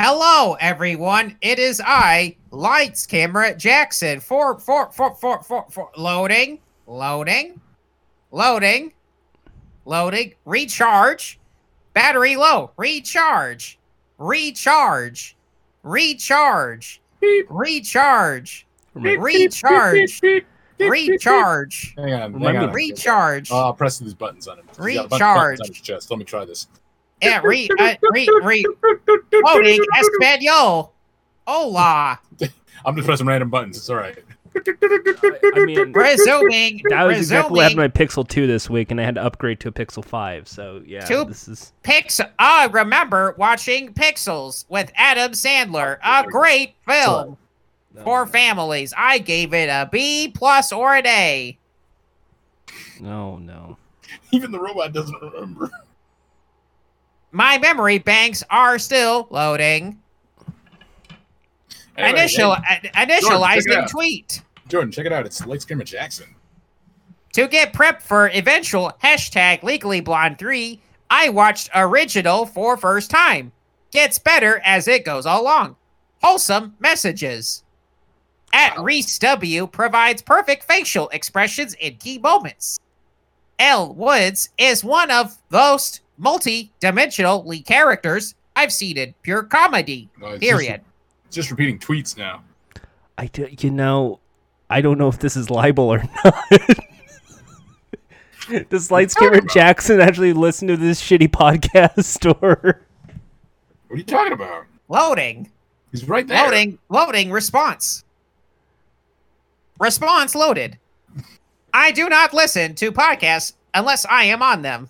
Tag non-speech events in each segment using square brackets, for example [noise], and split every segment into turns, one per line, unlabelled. Hello, everyone. It is I, Lights Camera Jackson. For for for for for for loading, loading, loading, loading. Recharge. Battery low. Recharge. Recharge. Recharge. Recharge.
Remember,
Recharge. Recharge.
Hang on.
Remember-
Hang on.
Recharge.
Oh, I'm pressing these buttons on him. He's got a bunch of
Recharge.
buttons on his chest. Let me try this.
Yeah, re, uh, re, re, loading Espanol. Hola.
I'm just pressing random buttons. It's all right. [laughs]
I, I mean,
Resuming.
that was exactly what
resuming.
happened to my Pixel 2 this week, and I had to upgrade to a Pixel 5. So yeah,
Two-
this is
Pix. I remember watching Pixels with Adam Sandler. A great film for families. I gave it a B plus or an A.
No, no.
Even the robot doesn't remember.
My memory banks are still loading.
Anyway,
Initial
hey,
uh, initializing
out.
tweet.
Jordan, check it out. It's Lights Camera Jackson.
To get prep for eventual hashtag Legally Blonde 3, I watched Original for first time. Gets better as it goes along. Wholesome messages. At Reese W provides perfect facial expressions in key moments. L Woods is one of those multi-dimensional characters I've seen in pure comedy.
Oh, it's
Period.
Just, just repeating tweets now.
I do, you know, I don't know if this is libel or [laughs] not. Does
[laughs]
Lightscaber Jackson actually listen to this shitty podcast [laughs] or?
What are you talking about?
Loading.
He's right there.
Loading, loading, response. Response loaded. I do not listen to podcasts unless I am on them.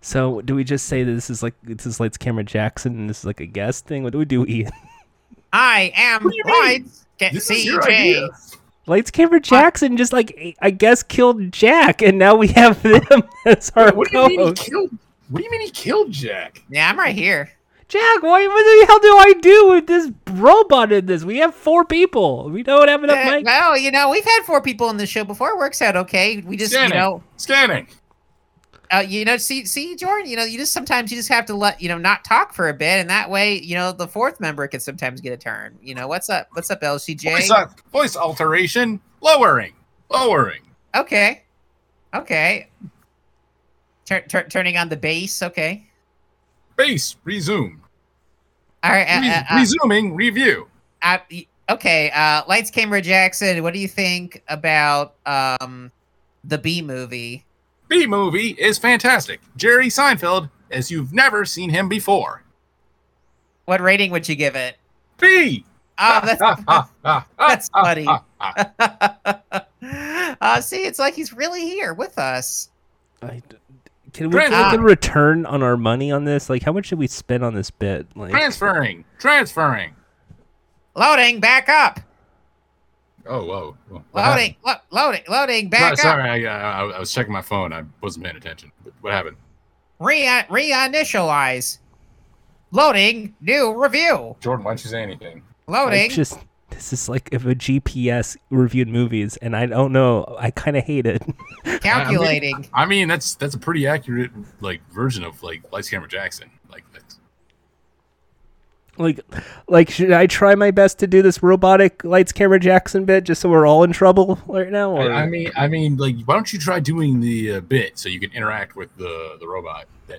So do we just say that this is like this is Lights Camera Jackson and this is like a guest thing? What do we do, Ian? [laughs]
I am
do you mean?
right. Get
This is your idea.
CJ.
Lights Camera Jackson just like I guess killed Jack, and now we have [laughs] them as our
What do
[laughs]
you mean he
co-host.
killed? What do you mean he killed Jack?
Yeah, I'm right here.
Jack, why, what the hell do I do with this robot in this? We have four people. We don't have enough
Uh,
mic.
well, you know, we've had four people on the show before. It works out okay. We just, you
Shannon.
know,
Scanning.
uh, you know, see, see, Jordan, you know, you just sometimes you just have to let you know not talk for a bit, and that way, you know, the fourth member can sometimes get a turn. You know, what's up? What's up, LCJ?
Voice, al- voice alteration. Lowering. Lowering.
Okay. Okay. Tur- tur- turning on the bass. Okay.
Base. Resume.
All right.
Re-
Uh, uh,
resuming. Review.
uh, uh, y- okay. Uh, Lights, Camera, Jackson. What do you think about um, the B movie?
B movie is fantastic. Jerry Seinfeld, as you've never seen him before.
What rating would you give it?
[laughs] B.
Oh, that's, [laughs] that's funny.
ah, ah.
uh, see, it's like he's really here with us.
I d- can we
Brent,
get a
uh,
return on our money on this? Like, how much should we spend on this bit? Like,
Transferring. Transferring.
Loading back up.
Oh, whoa. whoa. What happened?
Loading. Lo- loading. Loading back
sorry,
up.
sorry, I, I, I was checking my phone. I wasn't paying attention. What happened?
Re- reinitialize. Loading. New review.
Jordan, why don't you say anything?
I
Loading.
just this is like if a GPS reviewed movies, and I don't know. I kind of hate it. [laughs]
Calculating.
I mean, that's that's a pretty accurate like version of like Lights Camera Jackson. Like that's
like, like should I try my best to do this robotic lights camera Jackson bit just so we're all in trouble [laughs] right now? Or
I, I mean, I mean, like why don't you try doing the uh, bit so you can interact with the the robot? Eh.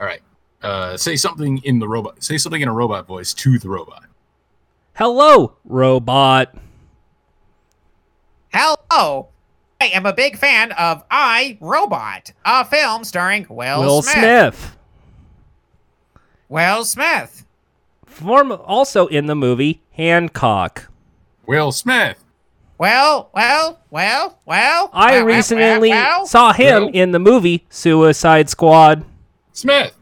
All right, uh, say something in the robot. Say something in a robot voice to the robot.
hello, robot.
Hello. I am a big fan of I Robot, a film starring Will,
Will
Smith.
Smith.
Will Smith.
Form also in the movie Hancock.
Will Smith.
Well, well, well, well. well,
I
well,
recently
well, well.
saw him
Well.
in the movie Suicide Squad.
Smith.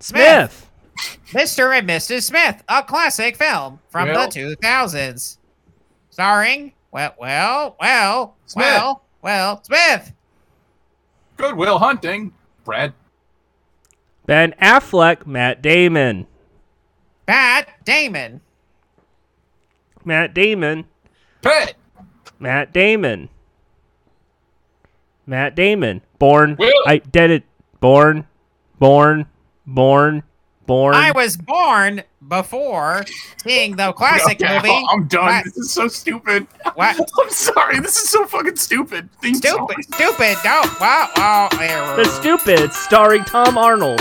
Smith.
Smith.
Mr. and Mrs. Smith, a classic film from
Well.
the 2000s, starring well, well, well,
Smith.
well, well, Smith.
Good Will Hunting. Brad.
Ben Affleck, Matt Damon.
Matt Damon.
Matt Damon,
Pitt.
Matt Damon, Matt Damon, born
Will.
I did it, born, born, Born, born.
I was born before seeing the
[laughs]
classic
Okay,
movie.
I'm done.
What?
This is so stupid.
What?
[laughs] I'm sorry. This is so fucking stupid. Theme song.
Stupid, stupid. No, wow, wow. error.
the Stupid, starring Tom Arnold.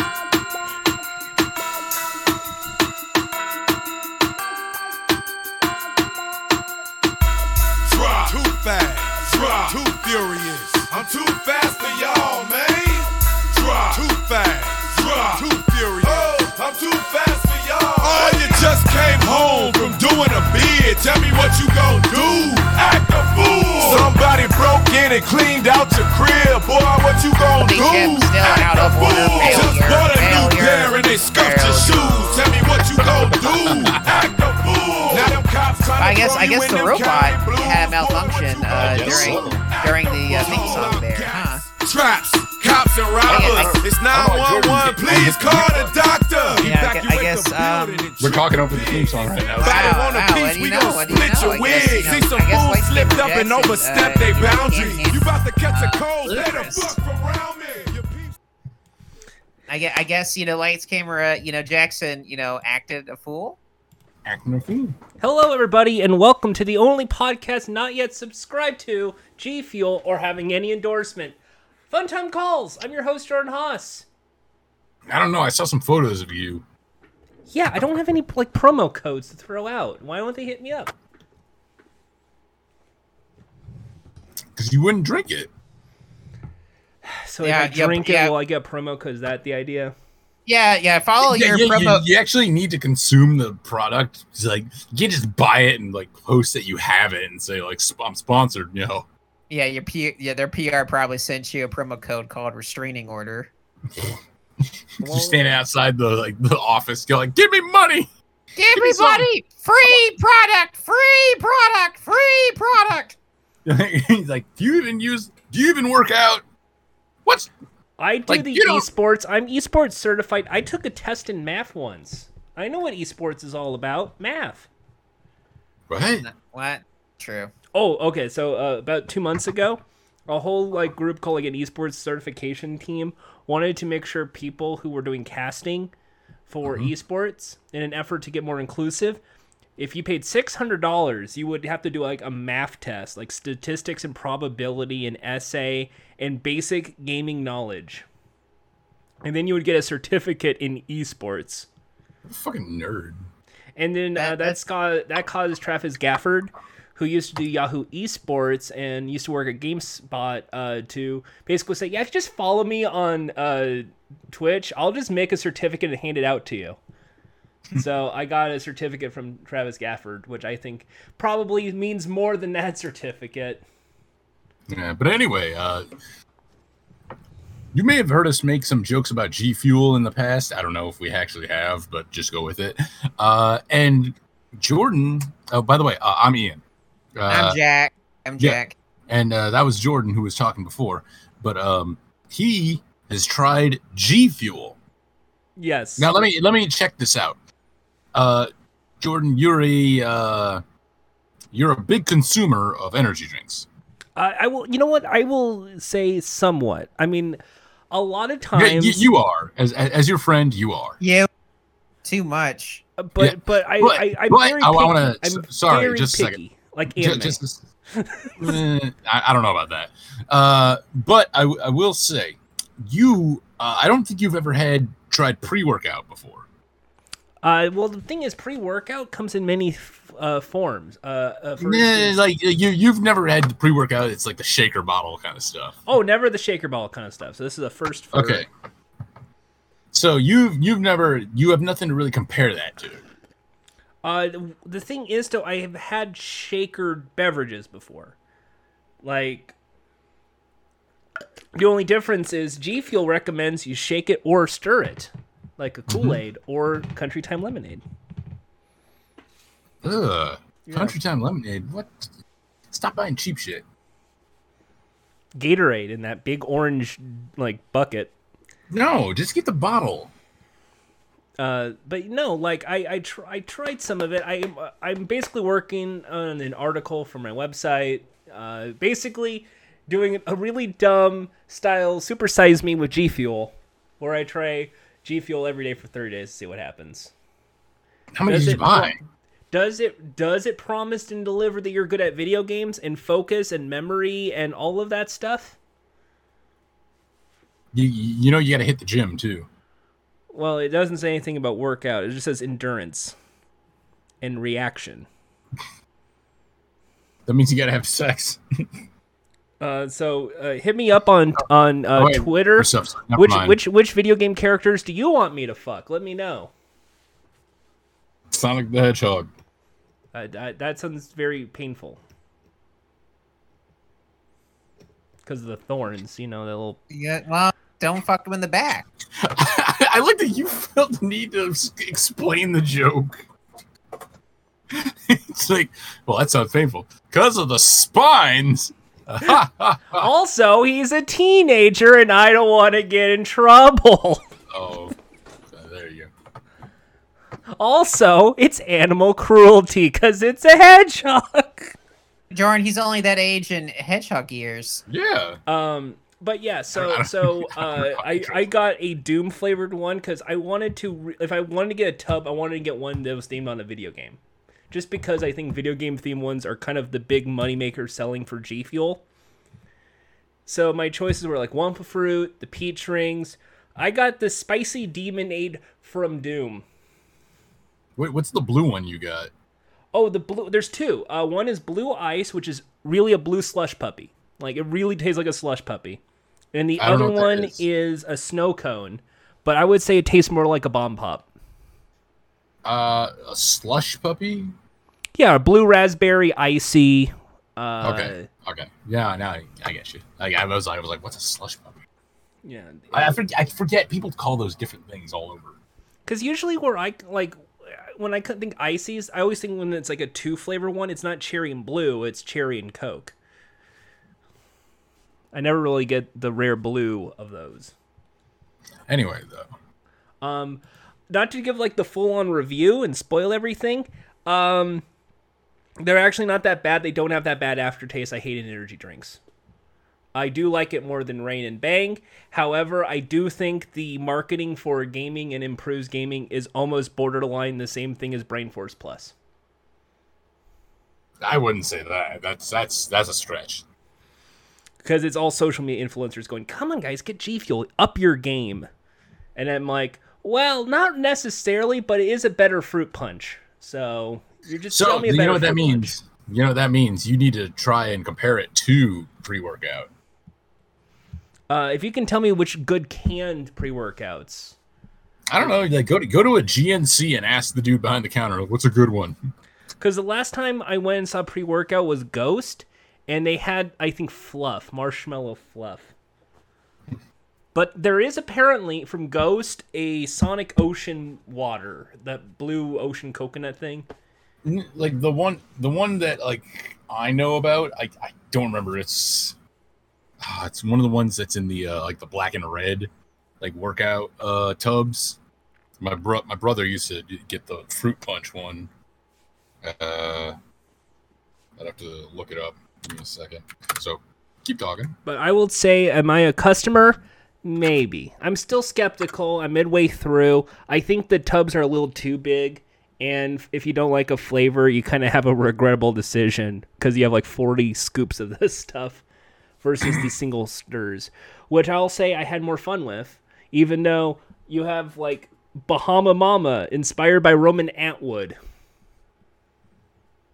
Drop. Too fast. Drop. Too furious. I'm too fast for y'all, man. Drop. Too fast. Drop. Too furious. Oh, I'm too fast for y'all. Oh, you just came home from doing a bid. Tell me what you gon' do. Act a fool. Somebody broke in and cleaned out your crib. Boy, what you gon'
Big
do?
Jim's still out
Act
of
a
order.
fool. Just
Failure,
bought a new
failure,
pair and they scuffed your
failure.
shoes. Tell me what you gon'
[laughs]
do. Act a fool. Now them cops tryna
I guess
throw
I
you
guess
in
the
them
robot
county blues.
had a
Boy, what
malfunction
you
uh,
guess
during
so.
during the uh, theme song there, huh?
Traps, cops, and robbers. It's
I'm like,
911.
Jordan,
Please
I-
call the
Yeah, I gu-
doctor.
I
Evacuate
guess,
the building
um,
and
We're
shoot
talking over the theme song right now.
Wow.
Fight on a
wow, what
piece,
do you
we
know,
gon'
what do you
split
know?
your
I guess, you
wig.
know,
See some
I guess
fools
White
slipped
Paper
up and
Jackson's,
overstepped
uh,
they
you really can't
boundary. You
cancel,
about to catch
uh,
a cold. Let a
Ludacris.
buck from around me. You piece-
I guess, I guess you know, lights, camera. You know, Jackson. You know, acted a fool.
Acting a fool.
Hello, everybody, and welcome to the only podcast not yet subscribed to G Fuel or having any endorsement. Fun time calls. I'm your host Jordan Haas.
I don't know. I saw some photos of you.
Yeah, I don't have any like promo codes to throw out. Why don't they hit me up?
Because you wouldn't drink it.
So
Yeah,
if I
yeah,
drink
yeah.
it, will I get promo codes? Is that the idea?
Yeah, yeah. Follow
yeah,
your
yeah,
promo.
you, you actually need to consume the product. It's like you can't just buy it and like post that you have it and say like "Sp- I'm sponsored. You know,
Yeah, your P, yeah, their PR probably sent you a promo code called restraining order.
you stand outside the like the office, go like, "Give me money." [laughs]
Everybody, free product, free product, free product.
He's like, "Do you even use? Do you even work out? What's
I do
Like,
the
you don't-
esports. I'm esports certified. I took a test in math once. I know what esports is all about. Math.
right?
What? True.
Oh, okay. So uh, about two months ago, a whole like group called like an esports certification team wanted to make sure people who were doing casting for esports in an effort to get more inclusive. If you paid six hundred dollars, you would have to do like a math test, like statistics and probability, and essay, and basic gaming knowledge, and then you would get a certificate in esports.
Fucking nerd."
And then uh,
That-
that's got that caused Travis Gafford, who used to do Yahoo Esports and used to work at GameSpot, uh, to basically say, "Yeah, if you just follow me on uh, Twitch, I'll just make a certificate and hand it out to you." so I got a certificate from Travis Gafford, which I think probably means more than that [laughs] certificate.
Yeah, but anyway, uh, you may have heard us make some jokes about G Fuel in the past. I don't know if we actually have, but just go with it. Uh, and Jordan, oh, by the way, uh, I'm Ian. Uh,
I'm Jack. I'm
yeah.
Jack.
and uh, that was Jordan who was talking before, but um, he has tried G Fuel.
Yes.
Now let me let me check this out. Uh, Jordan, you're a uh, you're a big consumer of energy drinks.
I, I will. You know what? I will say somewhat. I mean, a lot of
Yeah,
times
you, you are as as your friend, you are.
You too much.
but but I,
but-
I I'm
but
very
I
picky.
wanna-
I'm
s- sorry,
very
just a second.
picky, Like
Ju-
anime.
just- Eh, I, I don't know about that. Uh, but I, w- I will say, you, uh, I don't think you've ever had tried pre workout before.
uh, well, the thing is, pre-workout comes in many f- uh, forms. Uh, uh, for
Eh,
instance-
like you, you've never had the pre workout. It's like the shaker bottle kind of stuff.
oh, never the shaker ball kind of stuff. So this is a first. For,
Okay. So you've you've never you have nothing to really compare that to.
Uh, the- the thing is, though, I have had shaker beverages before. Like, the only difference is G Fuel recommends you shake it or stir it, like a
Mm-hmm.
Kool Aid or Country Time Lemonade.
Ugh. Country time lemonade. What? Stop buying cheap shit.
Gatorade in that big orange like bucket.
No, just get the bottle.
Uh, but no, like I I, tr- I tried some of it. I am I'm basically working on an article for my website. Uh, basically, doing a really dumb style super size me with G Fuel, where I try G Fuel every day for 30 days to see what happens.
How many
Does
did you
it-
buy?
Does it does it promise and deliver that you're good at video games and focus and memory and all of that stuff?
You, you know you got to hit the gym too.
Well, it doesn't say anything about workout. It just says endurance and reaction.
That means you got to have sex.
Uh, so uh, hit me up on on uh,
Oh, wait,
Twitter.
or something. Never
which
mind.
which which video game characters do you want me to fuck? Let me know.
Sonic the Hedgehog.
Uh, I, that sounds very painful because of the thorns. You know that little.
Yeah, well, don't fuck him in the back.
[laughs] I like that you felt the need to s- explain the joke. [laughs] it's like, well, that sounds painful because of the spines. Ah.
Also, he's a teenager, and I don't want to get in trouble. [laughs]
Oh, uh, there you go.
Also, it's animal cruelty because it's a hedgehog.
Jordan, he's only that age in hedgehog years.
Yeah,
Um, but yeah, so so uh, I I got a Doom flavored one because I wanted to. Re- if I wanted to get a tub, I wanted to get one that was themed on a video game, just because I think video game themed ones are kind of the big moneymaker selling for G Fuel. So my choices were like Wampa Fruit, the peach rings. I got the spicy demonade from Doom.
Wait, what's the blue one you got?
Oh, the blue. There's two. Uh, one is blue ice, which is really a blue slush puppy. Like it really tastes like a slush puppy. And the
I don't
other
know what that
one is.
is.
a snow cone, but I would say it tastes more like a bomb pop.
Uh, a slush puppy.
Yeah, a blue raspberry icy. Uh,
Okay, okay, yeah, now I, I get you. Like, I was, I was like, what's a slush puppy?
Yeah.
I, I forget. I forget. People call those different things all over.
Because usually where I like when I think ices, I always think when it's like a two flavor one, it's not cherry and blue, it's cherry and coke. I never really get the rare blue of those.
Anyway, though,
Um, not to give like the full on review and spoil everything. Um, they're actually not that bad. They don't have that bad aftertaste. I hate energy drinks. I do like it more than Rain and Bang. However, I do think the marketing for gaming and improves gaming is almost borderline the same thing as Brain Force Plus.
I wouldn't say that. That's that's that's a stretch.
because it's all social media influencers going, "Come on, guys, get G Fuel, up your game." And I'm like, "Well, not necessarily, but it is a better fruit punch." So you're just
So
telling me a
you
better
know what that
fruit
means. You know what that means. You need to try and compare it to pre-workout.
punch. Uh, if you can tell me which good canned pre workouts,
I don't know. Like go to go to a GNC and ask the dude behind the counter, "What's a good one?"
because the last time I went and saw pre workout was Ghost, and they had I think Fluff, marshmallow Fluff. But there is apparently from Ghost a Sonic Ocean water, that blue ocean coconut thing.
N- Like the one, the one that like I know about. I, I don't remember. It's ah, it's one of the ones that's in the uh, like the black and red like workout uh tubs. My bro, my brother used to d- get the fruit punch one. Uh, I'd have to look it up. Give me a second. So keep talking.
But I will say, am I a customer? Maybe. I'm still skeptical. I'm midway through. I think the tubs are a little too big. And if you don't like a flavor, you kind of have a regrettable decision because you have like 40 scoops of [laughs] this stuff versus the single stirs, which I'll say I had more fun with, even though you have like Bahama Mama inspired by Roman Atwood.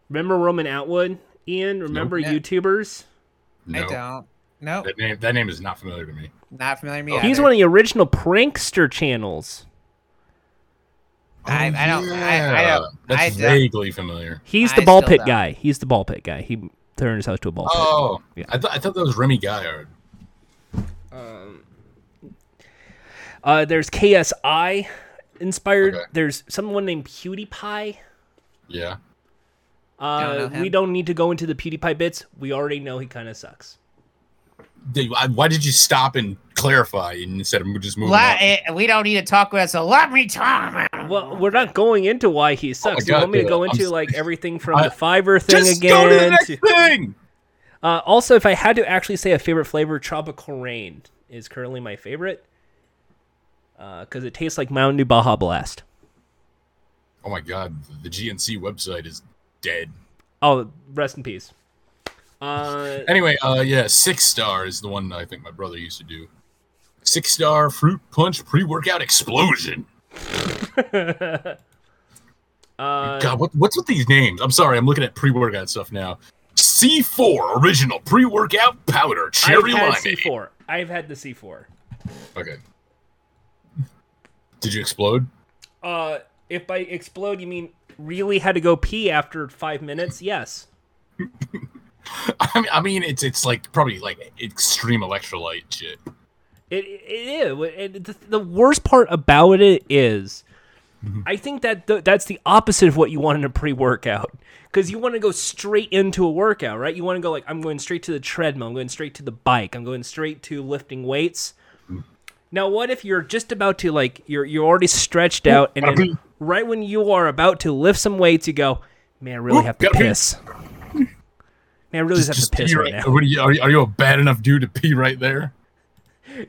Remember Roman Atwood, Ian? Remember
Yeah.
YouTubers?
I don't. Nope.
That Oh, name, that name is not familiar to me.
Not familiar to me.
He's
either.
one of the original prankster channels.
I- I don't- I- I don't-
Oh, That's
I don't-
vaguely familiar.
He's
I
the ball
still
pit
don't.
guy. He's the ball pit guy. He turned his house to a ball pit.
Oh,
Yeah.
I, thought I thought that was Remy Gaillard.
Uh, there's KSI inspired.
Okay.
There's someone named PewDiePie.
Yeah.
Don't know
Uh, we
him.
don't need to go into the PewDiePie bits. We already know he kind of sucks.
Did- why- Why did you stop and clarify instead of just moving?
La-
on?
eh, we don't need to talk about it, so let me talk. about it.
Well, we're not going into why he sucks. you
Oh God,
want me to
dude,
go
I'm
into
s- [laughs]
like everything from
I-
the Fiverr thing
just
again?
go to the next
to-
thing.
Uh, also, if I had to actually say a favorite flavor, tropical rain is currently my favorite. because uh, it tastes like Mountain Dew Baja Blast.
Oh my god, the GNC website is dead.
Oh, rest in peace. Uh,
Anyway, uh, yeah, six star is the one I think my brother used to do. Six star fruit punch pre
[laughs]
workout explosion.
Uh,
God, what, what's with these names? I'm sorry, I'm looking at pre workout stuff now. C4 original pre workout
[laughs]
powder
I've
cherry
had
lime.
C4. I've had the C4.
Okay. Did you explode?
Uh, if by explode you mean really had to go pee after five minutes, yes.
[laughs] I mean, I mean, it's it's like probably like extreme electrolyte shit.
It it is. And the, the worst part about it is, I think that th- that's the opposite of what you want in a pre-workout because you want to go straight into a workout, right? You want to go like I'm going straight to the treadmill, I'm going straight to the bike, I'm going straight to lifting weights. Now, what if you're just about to like you're you're already stretched out, and
gotta
then
pee.
right when you are about to lift some weights, you go, man, I really
Oop,
have to
gotta
[laughs]
pee."
piss. Man, I really just, have to piss
pee
right
right-
now.
What are, you, are you- are you a bad enough dude to pee right there?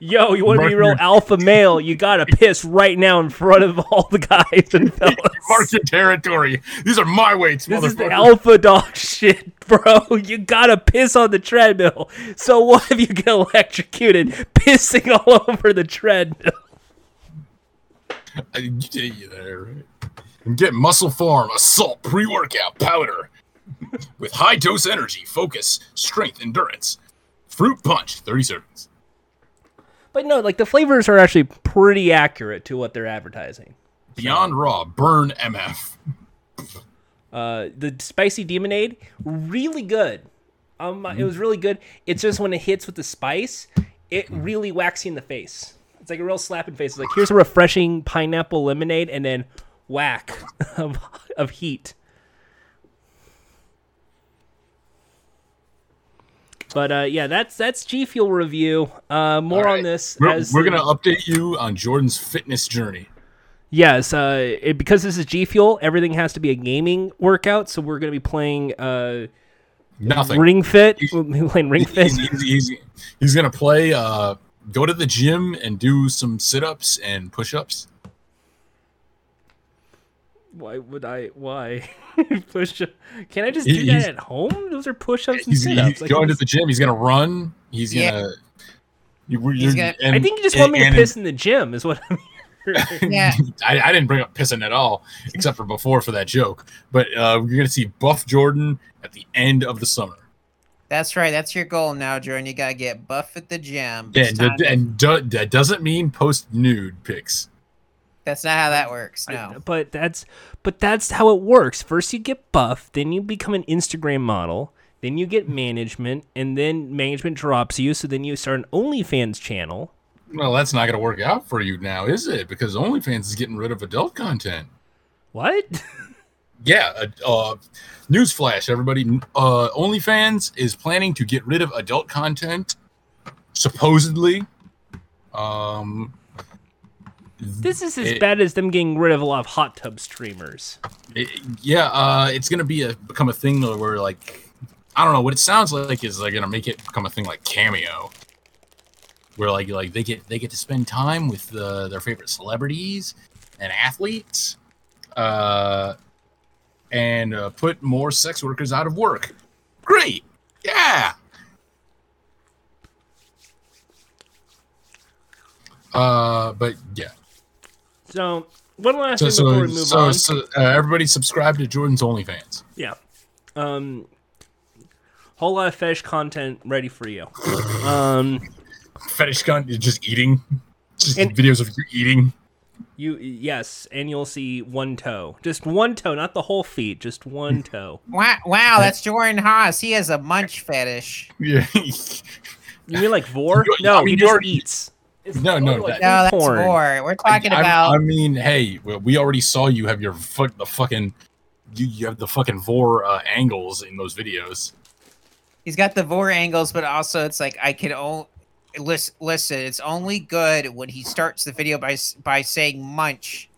Yo, you want to be
Mark
real
your-
alpha male? You gotta piss right now in front of all the guys and fellas.
Mark your territory. These are my weights,
this is the
motherfucker.
alpha dog [laughs] shit, bro. You gotta piss on the treadmill. So what if you get electrocuted pissing all [laughs] over the treadmill?
I can get you there. right? And get muscle form, assault, pre workout, powder. With high dose energy, focus, strength, endurance. Fruit punch, 30 seconds.
But no, like the flavors are actually pretty accurate to what they're advertising.
Beyond Raw, burn MF.
Uh, the spicy demonade, really good. Um, it was really good. It's just when it hits with the spice, it
Mm-hmm.
really whacks you in the face. It's like a real slap in the face. It's like here's a refreshing pineapple lemonade, and then whack [laughs] of of heat. But uh, yeah, that's that's G Fuel review. Uh, more
All right.
on this.
We're,
as
we're
the-
going to update you on Jordan's fitness journey.
Yes, uh, it, because this is G Fuel, everything has to be a gaming workout. So we're going to be playing uh,
Nothing.
Ring Fit. We'll [laughs] be playing Ring Fit.
he's, he's, he's, he's gonna play uh go to the gym and do some sit-ups and push-ups
Why would I? Why [laughs] push? up- Can I just
He-
do that
he's-
at home? Those are push-ups and
he's, he's
sit-ups. Like,
going to the gym he's gonna run he's
Yeah.
gonna you- you-
He's gonna-
I
and-
think you just want me to
and-
piss in the gym, is what. I mean.
Yeah.
I, I didn't bring up pissing at all except for before for that joke but uh we're gonna see buff jordan at the end of the summer
That's right. That's your goal now, Jordan. You gotta get buff at the gym.
yeah,
It's
and,
time
that-
to-
and do, that doesn't mean post nude pics
that's not how that works. No.
[laughs] But that's but that's how it works. First you get buff, then you become an Instagram model, then you get management, and then management drops you. So then you start an OnlyFans channel.
well that's not gonna work out for you now is it because onlyfans is getting rid of adult content
What? [laughs]
Yeah. Uh, uh, newsflash, everybody. Uh, OnlyFans is planning to get rid of adult content, supposedly. Um,
This is as
It-
bad as them getting rid of a lot of hot tub streamers.
it- yeah, uh, it's gonna be a become a thing though, where like, I don't know. What it sounds like is they're gonna make it become a thing like Cameo, where like like they get they get to spend time with uh, their favorite celebrities and athletes, uh, and uh, put more sex workers out of work. Great. Yeah. Uh, but yeah.
So one last
So
thing before
so
we move
so,
on.
so uh, everybody subscribe to Jordan's OnlyFans.
Yeah. Um whole lot of fetish content ready for you. Um
fetish cunt is just eating. Just
And-
videos of you eating.
you yes, and you'll see one toe. Just one toe, not the whole feet, just
[laughs]
one toe.
Wow, wow, that's Jordan Haas. He has a munch fetish.
[laughs] Yeah.
You mean like vor?
You-
No,
I mean,
he
you
just
already-
eats. It's
No, no,
like
that-
No, that's
porn.
more. We're talking
I- I-
about
I, mean, hey, we- we already saw you have your fuck the fucking. You, you have the fucking vor uh, angles in those videos.
he's got the vor angles, but also it's like I can only listen. Listen, it's only good when he starts the video by s- by saying munch.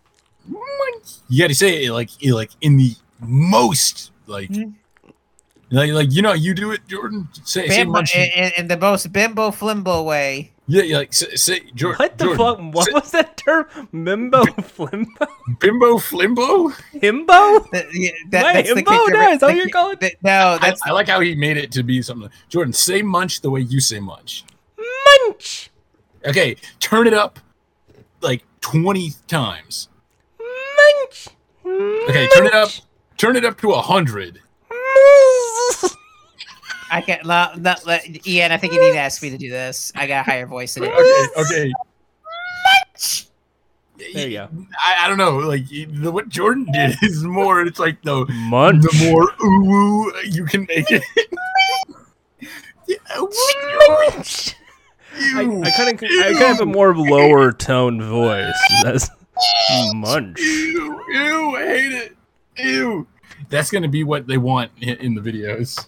You got to say it like it, like in the most like.
Mhm.
Mm-hmm.
Like, like you know you do it, Jordan. Say, say
Bimbo,
munch.
in, in the most bimbo flimbo way.
Yeah, yeah, like say, say Jordan.
What the fuck?
Jordan,
What
say-
was that term? Mimbo flimbo?
Bimbo Flimbo?
Himbo?
That- yeah, that-
Wait,
that's the
Imbo,
kicker-
no, is that
the
what you're
ki-
calling it?
the- no,
I,
that's
I like how he made it to be something. Jordan, say munch the way you say munch.
Munch!
Okay, turn it up like 20 times.
Munch!
Okay, turn it up. Turn it up to 100.
I can't. No, no, no, Ian, I think you need to ask me to do this. I got a higher voice than it.
Okay, okay.
There you go.
I, I don't know. Like the, what Jordan [laughs] did is more. It's like the
Munch.
the more ooh you can make it. [laughs] Yeah, what
I,
you-
I kind of I kind of have a more lower tone voice.
[laughs]
That's munch.
Ew, ew, I hate it. Ew. That's gonna be what they want i- in the videos.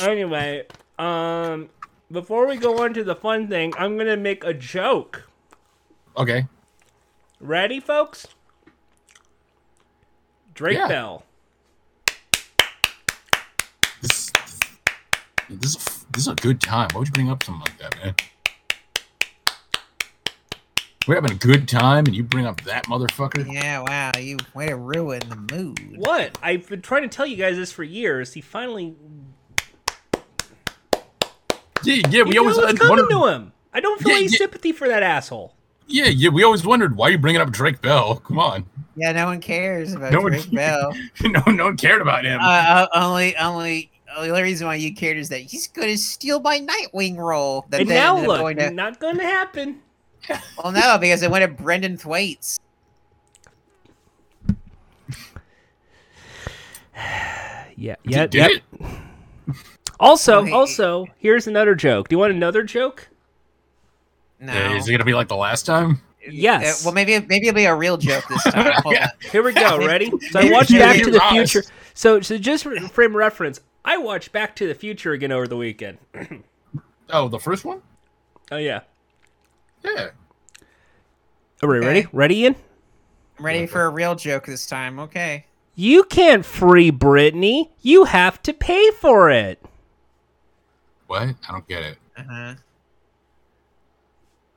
Anyway, um, before we go on to the fun thing, I'm gonna make a joke.
Okay.
Ready, folks? Drake
Yeah.
Bell.
This, this is a, f- this is a good time. Why would you bring up something like that, man? We're having a good time, and you bring up that motherfucker.
Yeah, wow, you way to ruin the mood.
What? I've been trying to tell you guys this for years. He finally.
Yeah, yeah.
You
We
know
always
what's
uh,
coming
wondered.
to him. I don't feel
Yeah,
any
yeah.
sympathy for that asshole.
Yeah, yeah. We always wondered why you bringing up Drake Bell. [laughs] Come on.
Yeah, no one cares about
No one-
Drake Bell.
no, no one cared about him.
Uh, uh, only, only, only reason why you cared is that he's going to steal my Nightwing role. That
And
they
now
ended up
look,
going to,
not going to happen.
well, no, because they went to Brendan Thwaites.
Yeah.
He
Yeah.
did
Yep.
it.
Also,
Wait.
also, here's another joke. Do you want another joke?
No.
Yeah, Uh, Is it gonna be like the last time?
Uh,
Yes.
well, maybe, maybe it'll be a real joke this time. Hold on.
Here we go. Ready? So I
Maybe
watched
you
Back
get
to the
honest.
Future. So, so just for frame of reference, I watched Back to the Future again over the weekend.
Oh, the first one.
Oh yeah.
Yeah.
Are we ready?
Okay.
Ready, Ian?
I'm ready for a real joke this time. Okay.
You can't free Britney. You have to pay for it.
What? I don't get it.
Uh huh.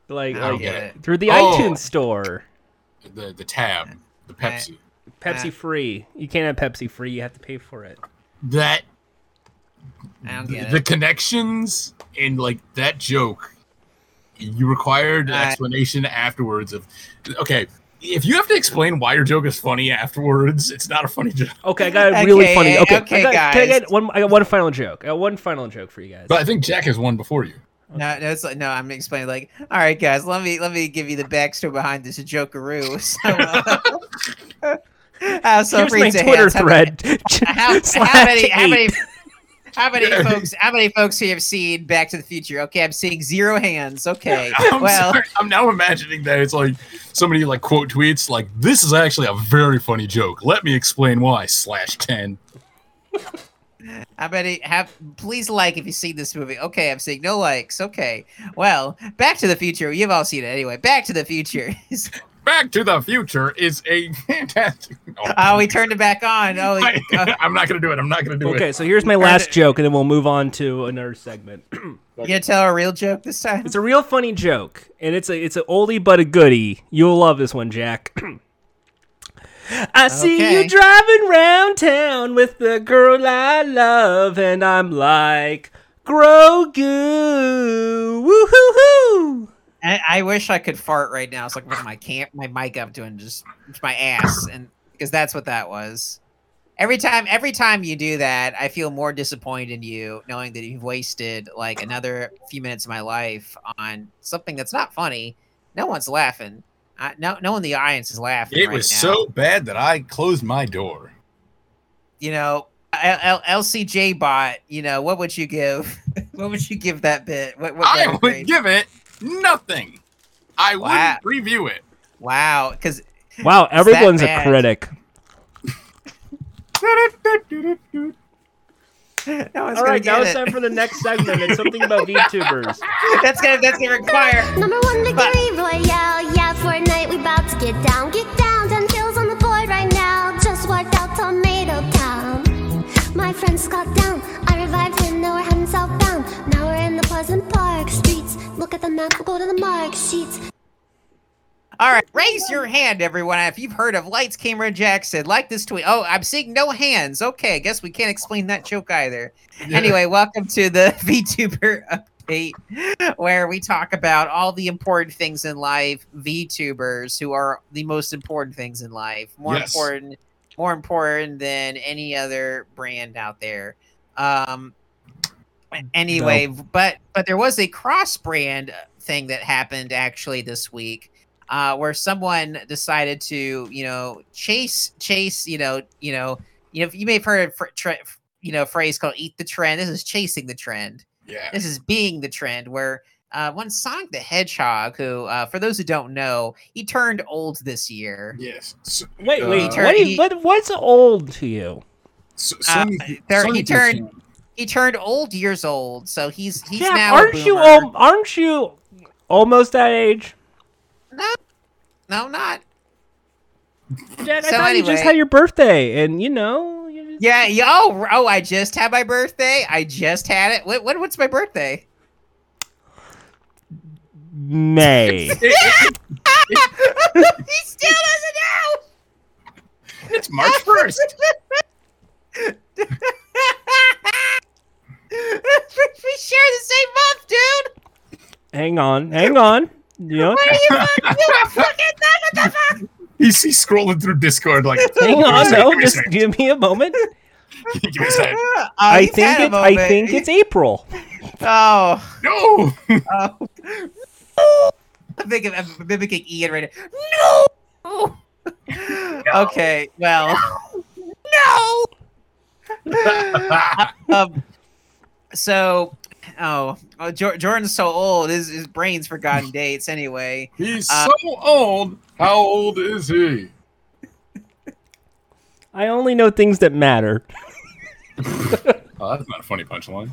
Like,
I don't
like
get
get it.
through the
Oh.
iTunes store.
The the tab, the Pepsi.
Ah.
Pepsi free. You can't have Pepsi free. You have to pay for it.
That
I don't
the,
get
the
it.
connections and like that joke. You required an
I-
explanation afterwards of okay. If you have to explain why your joke is funny afterwards, it's not a funny joke.
Okay,
[laughs]
I got a really
Okay,
funny. Okay,
okay,
I got, Can I
guys.
get one? I got one final joke. I got one final joke for you guys.
But I think Jack has one before you.
No, no, it's like, no, I'm explaining. Like, all right, guys, let me let me give you the backstory behind this jokeroo. [laughs] So, uh, [laughs] I was so
Here's
afraid
my
to
Twitter
ask how many-
thread.
[laughs]
[laughs]
How, how
Slash
many? How
eight. [laughs]
many? How many
Yeah.
folks? How many folks here have seen Back to the Future? Okay, I'm seeing zero hands.
[laughs]
Okay,
[laughs] I'm
well,
sorry. I'm now imagining that it's like somebody like quote tweets like this is actually a very funny joke. Let me explain why slash ten.
how many have? Please like if you seen this movie. Okay, I'm seeing no likes. Okay, well, Back to the Future. You've all seen it anyway. Back to the Future. [laughs] is-
Back to the Future is a [laughs] fantastic. No.
oh, we turned it back
[laughs]
on. Oh,
I,
uh,
am not gonna do it. [laughs] I'm not gonna do
Okay,
it.
so here's my last joke, and then we'll move on to another segment. [clears throat]
Oh, you gonna tell a real joke this time?
It's a real funny joke, and it's a it's an oldie but a goodie. You'll love this one, Jack. [clears throat] I see
Okay.
you driving round town with the girl I love, and I'm like, Grogu, woo-hoo-hoo.
I, I wish I could fart right now. It's like with my camp, my mic up doing just it's my ass, and because that's what that was. Every time, every time you do that, I feel more disappointed in you, knowing that you've wasted like another few minutes of my life on something that's not funny. No one's laughing. I, no, no one in the audience is laughing.
It
right
was
now.
so bad that I closed my door.
you know, L- L- LCJ bot. You know, what would you give? [laughs] what would you give that bit? What, what
I
letter
would
grade?
give it nothing. I
Wow.
wouldn't review it.
Wow, because
Wow, everyone's a
bad.
critic.
no one's
All
gonna
right, now
get
it's
it.
time for the next segment. It's something
[laughs]
about VTubers.
that's gonna that's gonna require.
Number one
But-
victory royale, yeah, Fortnite, we bout to get down, get down. Ten kills on the board right now, just wiped out Tomato Town. My friend got down, I revived him and southbound. Now we're in the Pleasant Park streets. Look at the map, we'll go to the mark sheets.
All right, raise your hand, everyone, if you've heard of Lights, Camera, Jackson. Like this tweet. Oh, I'm seeing no hands. Okay, I guess we can't explain that joke either. Anyway, welcome to the [laughs] VTuber update, where we talk about all the important things in life. VTubers, who are the most important things in life, more
Yes.
important, more important than any other brand out there. Um, anyway, but but there was a cross-brand thing that happened actually this week uh, where someone decided to, you know, chase, chase, you know, you know, you know, you may have heard, fr- tre- you know, a phrase called "eat the trend." This is chasing the trend.
Yeah.
This is being the trend. Where uh, when Sonic the Hedgehog, who, uh, for those who don't know, he turned old this year.
Yes. So,
Wait,
Uh,
wait.
He
what,
turned-
do
he-
you, what what's old to you?
so,
Uh,
Sony-
there- he
Sony did
turned-
some-
He turned old years old, so he's he's
yeah,
now.
aren't
a
you
boomer.
al- aren't you almost that age?
No, no, not.
Dad, I
So
thought you
anyway-
just had your birthday, and you know. You just...
Yeah, yeah. Oh, oh, I just had my birthday. I just had it. What, what what's my birthday? [laughs] [laughs]
May.
he still doesn't know. [laughs]
It's March 1st.
we share the same month, dude.
hang on, hang on. You know,
What are you fucking? You are fucking what the fuck?
He's, he's scrolling through Discord like,
hang on.
Give
No,
me a
just
second,
give me
[laughs]
a moment.
give me a second.
Oh,
I
you've
think
Oh, had a
it's I
moment.
think it's April.
Oh,
No.
oh. No! [laughs] I'm, thinking, I'm mimicking Ian right now. No. Okay. Well. No. um, so, oh, oh, Jor- Jordan's so old. His his brain's forgotten dates. Anyway.
He's
Uh,
so old. How old is he?
I only know things that matter. [laughs]
Oh, that's not a funny punchline.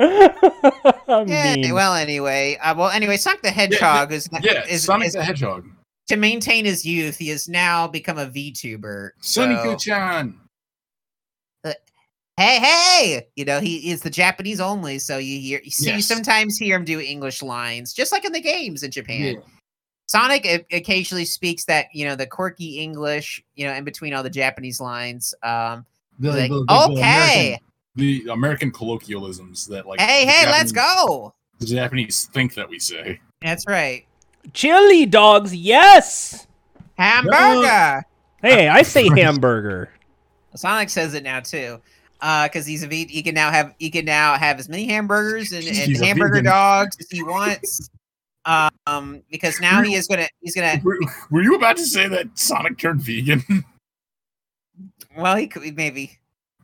I'm
Yeah,
mean.
well, anyway, uh, well, anyway, Sonic the Hedgehog is,
Yeah,
Uh, is,
Sonic
is-
the Hedgehog.
to maintain his youth. He has now become a VTuber.
Sonny
so-
Kuchan.
hey, hey, you know he is the Japanese only, so you hear you see you
Yes.
sometimes hear him do English lines, just like in the games in Japan. Sonic o- occasionally speaks that you know the quirky English, you know, in between all the Japanese lines. Um,
The,
like,
the- the- the
okay,
American, the American colloquialisms that like
hey,
the
hey, let's
Japanese-
go.
The Japanese think that we say.
That's right,
Chili dogs, yes.
hamburger.
Hey,
[laughs]
I say hamburger.
Sonic says it now too, because he's a ve- he can now have he can now have as many hamburgers
[laughs]
and, and
He's a
hamburger
vegan.
dogs as he wants. Um, because now he is gonna he's gonna
Were, were you about to say that Sonic turned vegan?
well he could maybe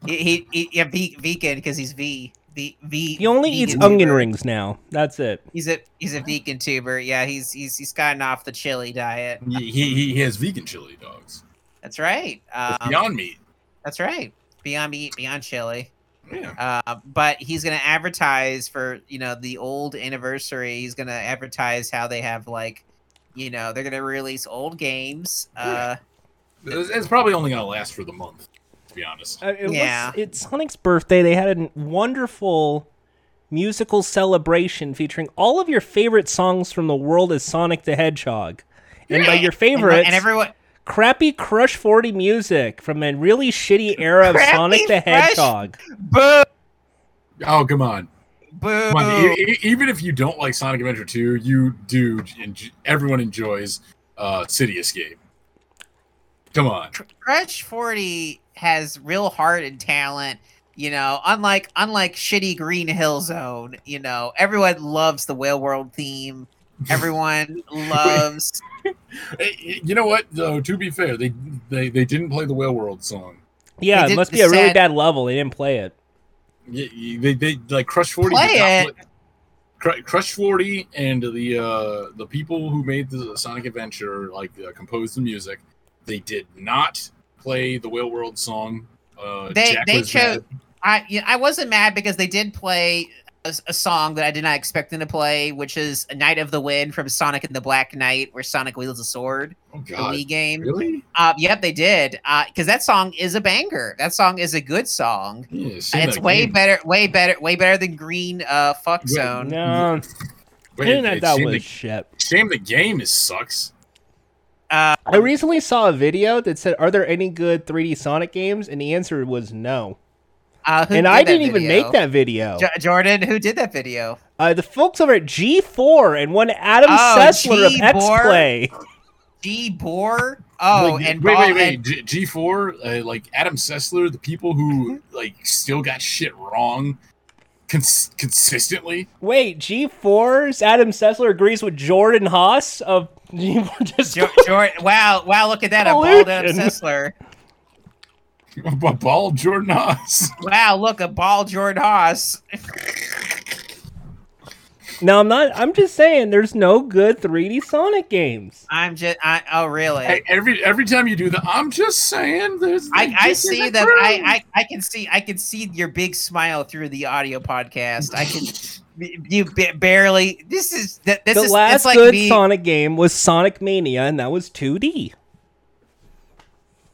he, he, he yeah ve- vegan because he's v v v
He only eats
vegan
onion
tuber.
rings now. That's it.
He's a he's a vegan tuber. Yeah, he's he's he's gotten off the chili diet.
he, he, he has vegan chili dogs.
That's right.
It's
Um,
Beyond meat.
that's right. Beyond meat, beyond chili.
Yeah.
Uh, but he's gonna advertise for you know the old anniversary. He's gonna advertise how they have like, you know, they're gonna release old games. Uh,
It's, it's probably only gonna last for the month, to be honest.
Uh, it was-
Yeah.
it's Sonic's birthday. They had a wonderful musical celebration featuring all of your favorite songs from the world as Sonic the Hedgehog. And by your
and, like-
favorites,
and everyone
crappy Crush 40 music from a really shitty era of
Crappy
Sonic the
Crush-
Hedgehog.
boo
Oh come on,
boo.
come on. E- e- even if you don't like Sonic Adventure 2, you do. enj- Everyone enjoys uh, City Escape. Come on.
Crutch Forty has real heart and talent. You know, unlike unlike shitty Green Hill Zone. You know, everyone loves the Whale World
[laughs]
theme. Everyone loves
Eh, eh, You know what? Though to be fair, they they, they didn't play the Whale World song.
Yeah,
did
it must
the
be a really
sad-
bad level. They didn't play it.
Y- y- They they like Crush Forty.
Play
did not
it.
play- Cru- Crush Forty and the uh, the people who made the Sonic Adventure like uh, composed the music. They did not play the Whale World song. Uh,
They-
Jack
they
was
chose-
mad.
I yeah, I wasn't mad because they did play a, a song that I did not expect them to play, which is "Night of the Wind" from Sonic and the Black Knight, where Sonic wields a sword.
Oh
The
God,
Wii game.
really?
Uh, yep, they did. Because that song is a banger. That song is a good song.
Yeah,
And it's way better, way better, way better than Green uh, Fuck
Yeah,
Zone.
No, internet that was shit.
Shame the game is sucks.
I recently saw a video that said, "Are there any good 3D Sonic games?" And the answer was no.
Uh, who
and
did
I
that
didn't even
video?
make that video.
Jo- Jordan, who did that video?
Uh, the folks over at G4 and one Adam
Oh,
Sessler of
G4?
X Play.
D Boar. Oh,
Like,
and
wait,
Bob-
wait, wait.
and-
G- G4, uh, like Adam Sessler, the people who like still got shit wrong cons- consistently. [laughs]
Wait, G4's Adam Sessler agrees with Jordan Haas of G4 [laughs] just
Jo- Jordan. Wow, wow! Look at that, a bald Adam
Pollution.
Sessler.
Ball Jordan Haas.
Wow, look, a bald Jordan Haas.
No, I'm not. I'm just saying, there's no good 3D Sonic games.
I'm just. I, oh, really?
Hey, every every time you do that, I'm just saying. There's
I, I see
that.
that I, I I can see I can see your big smile through the audio podcast. I can
[laughs]
you ba- barely this is that this
the
is
last
it's like
good
me,
Sonic game was Sonic Mania, and that was 2D.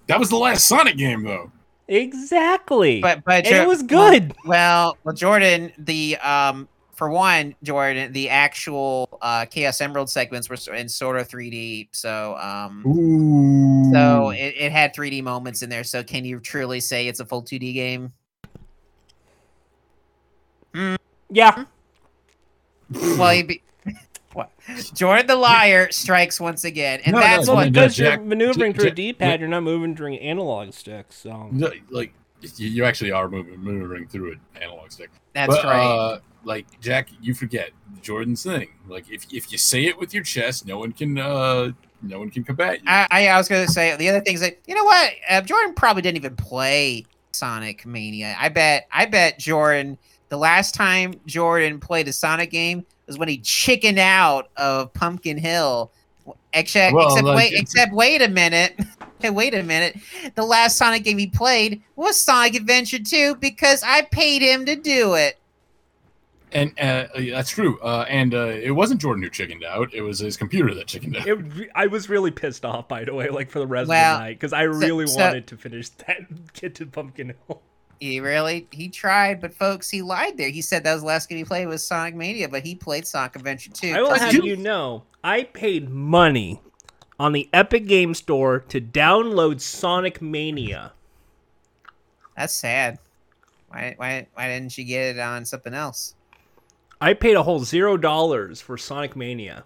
That was the last Sonic game though.
Exactly.
but but
and it
Jo-
was good.
Well, well, Jordan, the um for one, Jordan, the actual uh Chaos Emerald segments were so- in sort of 3D, so um
Ooh.
so it, it had 3D moments in there. So can you truly say it's a full 2D
[sniffs]
game?
yeah.
Well, you be, [laughs] what? Jordan the liar strikes once again, and
No, no,
that's
no,
what
no,
Because you're
Jack-
maneuvering
Jack-
through a
Jack-
D-pad, you're not moving through an analog stick. So
No, like you, you actually are moving, maneuvering through an analog stick.
that's
But,
right.
Uh, like Jack, you forget Jordan's thing. Like if if you say it with your chest, no one can uh no one can combat you.
I, I, I was gonna say the other things that you know what uh, Jordan probably didn't even play Sonic Mania. I bet I bet Jordan the last time Jordan played a Sonic game was when he chickened out of Pumpkin Hill. Except
Well,
except
like-
wait except wait a minute. [laughs] Hey, wait a minute. The last Sonic game he played was Sonic Adventure 2 because I paid him to do it.
and uh, yeah, that's true. Uh, and uh, it wasn't Jordan who chickened out. It was his computer that chickened out.
It, re- I was really pissed off, by the way, like for the rest
Well,
of the night, because I really
so-
wanted to finish [laughs] that Get to Pumpkin Hill.
He really he tried, but folks, he lied there. He said that was the last game he played was Sonic Mania, but he played Sonic Adventure 2.
I will
Plus,
have
you-
you know, I paid money on the Epic Game Store to download Sonic Mania.
That's sad. Why, why, why didn't you get it on something else?
I paid a whole zero dollars for Sonic Mania.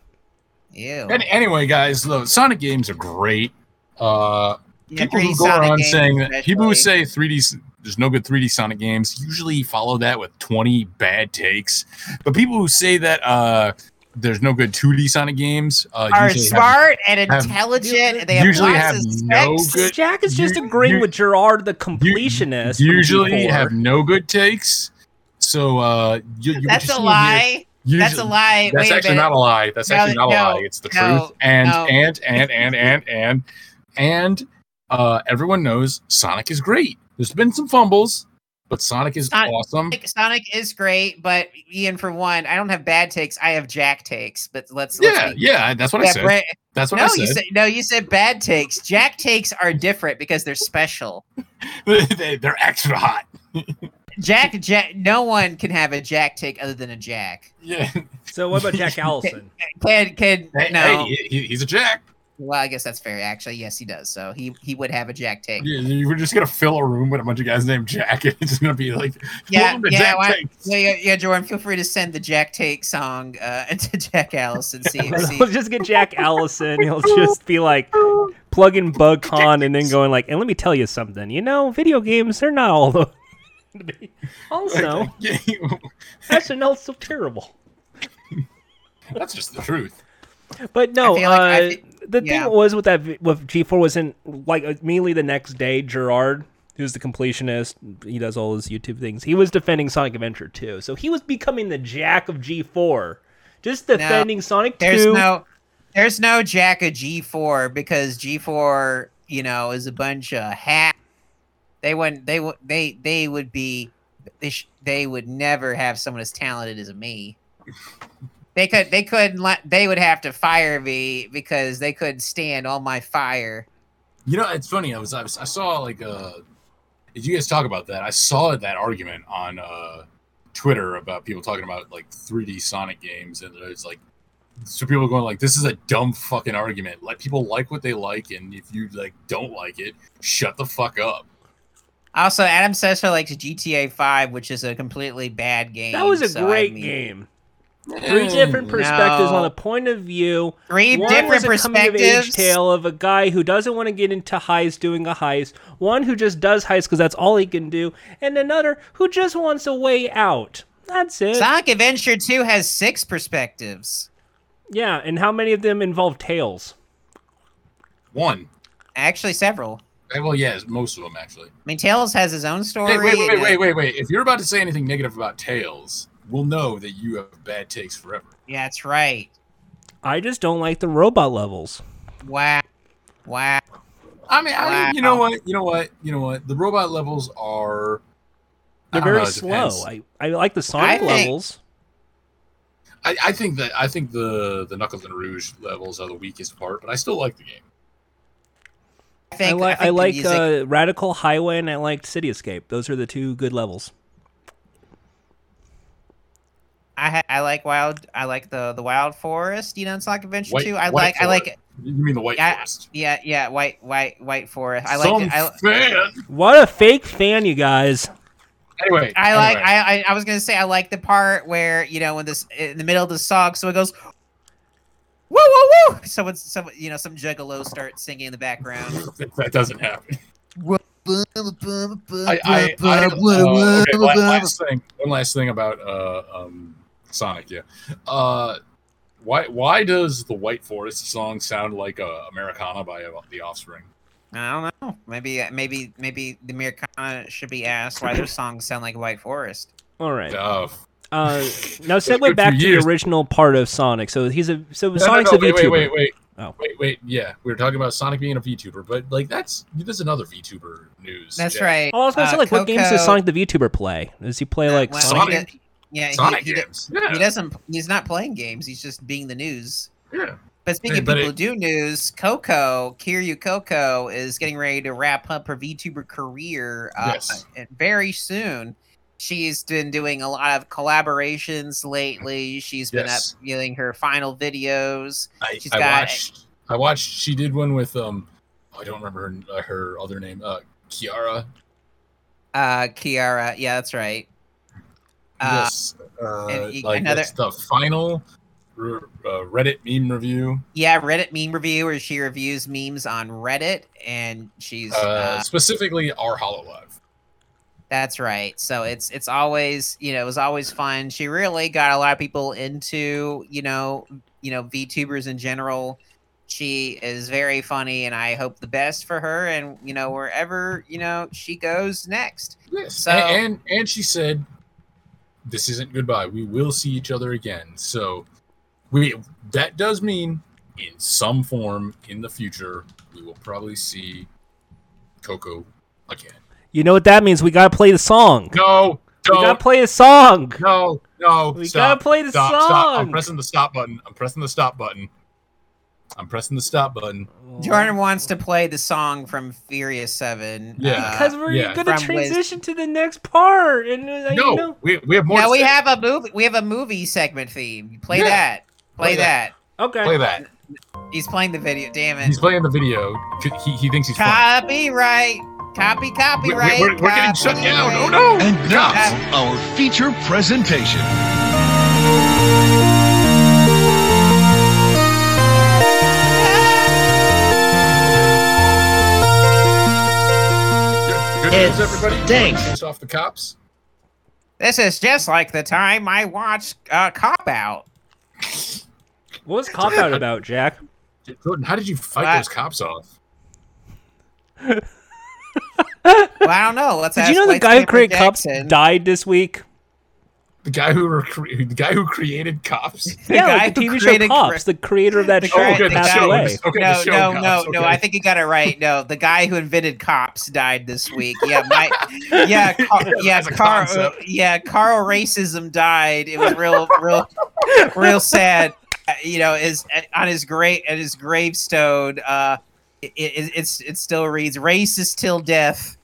Ew.
Any- anyway, guys, look, Sonic games are great. Uh,
Yeah,
people
3D
who go
Sonic
around
games
saying that people who
especially.
say 3D s- there's no good 3D Sonic games usually follow that with 20 bad takes. But people who say that uh, there's no good 2D Sonic games uh,
are
usually have,
smart and
have-
intelligent. and they have
usually
lots
have
of
no
sex.
good-
Jack is just
you-
agreeing
you-
with Gerard the
you-
completionist. from
usually
G4.
have no good takes. So uh, you, you,
That's
what
a
you see
lie.
here-
That's a
usually-
lie.
That's
Wait a
actually
minute.
not a lie. That's
No,
actually not a
no,
lie. It's the
no,
truth. And,
no.
and and and and and and uh, everyone knows Sonic is great. There's been some fumbles, but Sonic is
Sonic-
awesome.
Sonic, Sonic is great, but Ian, for one, I don't have bad takes. I have Jack takes. But let's, let's
Yeah,
be-
yeah. That's what I
Yeah,
said.
Brett-
That's what
no,
I
you
said.
said no. You said bad takes. Jack takes are different because they're special.
[laughs] they, they're extra hot.
Jack, Jack. No one can have a Jack take other than a Jack.
Yeah.
So what about
[laughs]
Jack Allison?
Can can
Hey,
no.
hey, he, he's a jack.
Well, I guess that's fair. Actually, yes, he does. So he he would have a jack take.
You- you We're just gonna fill a room with a bunch of guys named Jack, [laughs] and it's gonna be like,
Yeah,
welcome to
yeah,
Jack
why-
Takes. [laughs]
Yeah, yeah, yeah, Jordan. Feel free to send the Jack Take song uh, [laughs] to Jack Allison. See, see.
Let's just get [laughs] Jack Allison. He'll just be like plugging Bug Con and then going like, and let me tell you something. You know, video games they're not all the. [laughs] also, SNL's so terrible.
[laughs] That's just the truth.
But no,
feel like I
uh,
thi-
the
yeah.
thing was with that vi- with G four was in like immediately the next day. Gerard, who's the completionist, he does all his YouTube things. He was defending Sonic Adventure two, so he was becoming the jack of G four, just defending Sonic
there's
two.
no, there's no Jack of G four because G four, you know, is a bunch of hack. They wouldn't. They would. They they would be they, sh- they would never have someone as talented as me. They could they couldn't let they would have to fire me because they couldn't stand all my fire.
You know, it's funny. I was, I was, I saw like uh, did you guys talk about that? I saw that argument on uh, Twitter about people talking about like 3D Sonic games, and it's like, so people are going like, this is a dumb fucking argument. Let people like what they like, and if you like don't like it, shut the fuck up.
Also, Adam Sessler likes GTA Five, which is a completely bad game.
That was a
so I
great
mean-
game. Three different perspectives
No.
on a point of view.
Three
One
different
was a coming of age
perspectives.
tale of a guy who doesn't want to get into heist doing a heist. One who just does heist because that's all he can do, and another who just wants a way out. That's it.
Sonic Adventure Two has six perspectives.
yeah, and how many of them involve tails?
One.
Actually, several.
Eh, Well, yeah, it's most of them actually.
I mean, Tails has his own story.
Hey, wait, wait, wait,
and-
wait, wait, wait. If you're about to say anything negative about Tails, we'll know that you have bad takes forever.
Yeah, that's right.
I just don't like the robot levels.
Wow, wow.
I mean, I mean, you know
Wow.
what? You know what? You know what? The robot levels are. I
They're
don't
very
know, it
slow.
depends.
I, I like the Sonic
think-
levels.
I, I think that I think the the Knuckles and Rouge levels are the weakest part, but I still like the game.
I
I,
think
li-
think
I
the
like
music-
uh, Radical Highway and I liked City Escape. Those are the two good levels.
I ha- I like wild. I like the the wild forest. You know, in Sonic Adventure
White-
Two. I
White
like. I like.
Forest. You mean the White
Yeah,
Forest?
Yeah, yeah. White, white, white forest. I
Some
like. it. I,
fan.
What a fake fan, you guys.
Anyway,
I like.
anyway.
I, I I was gonna say I like the part where you know when this in the middle of the song, someone goes, "Woo, woo, woo!" Someone, some you know, some juggalo starts singing in the background.
that, that doesn't
[laughs]
happen. I, I, I, uh, okay, la-
Why
last thing, one last thing about uh, um, Sonic. Yeah, uh, why why does the White Forest song sound like uh, Americana by uh, The Offspring?
I don't know. Maybe, maybe, maybe the Americana should be asked why their songs sound like White Forest.
All right.
Uh, [laughs]
Uh, now
good for
segue back to
years.
the original part of Sonic. So he's a so
no, no,
Sonic's
no,
a
wait,
VTuber.
wait, wait, wait.
Oh.
Wait, wait, yeah, we were talking about Sonic being a VTuber, but like that's there's another VTuber news.
That's
Jack.
right.
Oh, I was gonna
Uh,
say like what games does
Coco-
Sonic the VTuber play? Does he play
uh,
like
well,
Sonic?
he
Sonic?
did- Yeah, he-
Sonic
he, did-
games. Yeah,
he doesn't. He's not playing games. He's just being the news.
yeah.
But speaking
Hey,
of
but
people who
it-
do news, Coco, Kiryu Coco is getting ready to wrap up her VTuber career uh,
Yes.
and very soon. She's been doing a lot of collaborations lately. She's been
Yes.
uploading her final videos.
I,
She's
I
got-
watched. I watched. She did one with um. I don't remember her, uh, her other name. Uh, Kiara.
Uh, Kiara, yeah, that's right. Uh,
yes. Uh,
and you-
like
another-
that's the final re- uh, Reddit meme review.
Yeah, Reddit meme review, where she reviews memes on Reddit, and she's
Uh,
uh,
specifically, our Hollow Live.
That's right. So it's it's always you know it was always fun. She really got a lot of people into you know you know VTubers in general. She is very funny, and I hope the best for her. And you know wherever you know she goes next.
Yes.
So-
and, and and she said, "This isn't goodbye. We will see each other again." So, we that does mean in some form in the future we will probably see Coco again.
You know what that means? We gotta play the song.
No.
We
Don't
gotta play a song.
No, no.
We
stop,
gotta play the
stop, Stop.
song.
I'm pressing the stop button. I'm pressing the stop button. I'm pressing the stop button.
Jordan wants to play the song from Furious Seven. uh,
Yeah.
Because we're
yeah.
gonna
From Wiz-
transition to the next part, and uh,
no,
you know.
we, we have more.
now
to
we
say.
have a movie. We have a movie segment theme. Play
Yeah.
that. Play,
Play
that.
that.
Okay.
play that.
He's playing the video. Damn it.
He's playing the video. He, he thinks he's funny.
copyright. Copy.
We- we-
Copyright.
We're, we're getting shut down.
copyright.
Oh no!
And that's our feature presentation.
Good
It
news, everybody.
stinks.
Chase off the cops.
This is just like the time I watched uh, Cop Out.
What was Cop Out about, Jack?
Jordan, how did you fight
Right.
those cops off?
Well, I don't know. Let's
Did
ask
you know the
White
guy who
Skipper
created Cops
Jackson.
died this week?
The guy who were cre- the guy who created cops. [laughs]
The
No,
guy,
the
the TV show
creative
Cops,
cre-
the creator of that
the
show,
guy-
Oh, okay, the
passed
show.
away.
Okay, the
no,
show
no, no,
cops,
no.
okay.
I think you got it right. No, the guy who invented cops died this week. Yeah, my,
[laughs]
yeah, Car- yeah,
as a
Carl,
concept.
yeah. Carl racism died. It was real, real, real sad. Uh, You know, is on his grave at his gravestone. Uh, it, it, it's it still reads racist till death.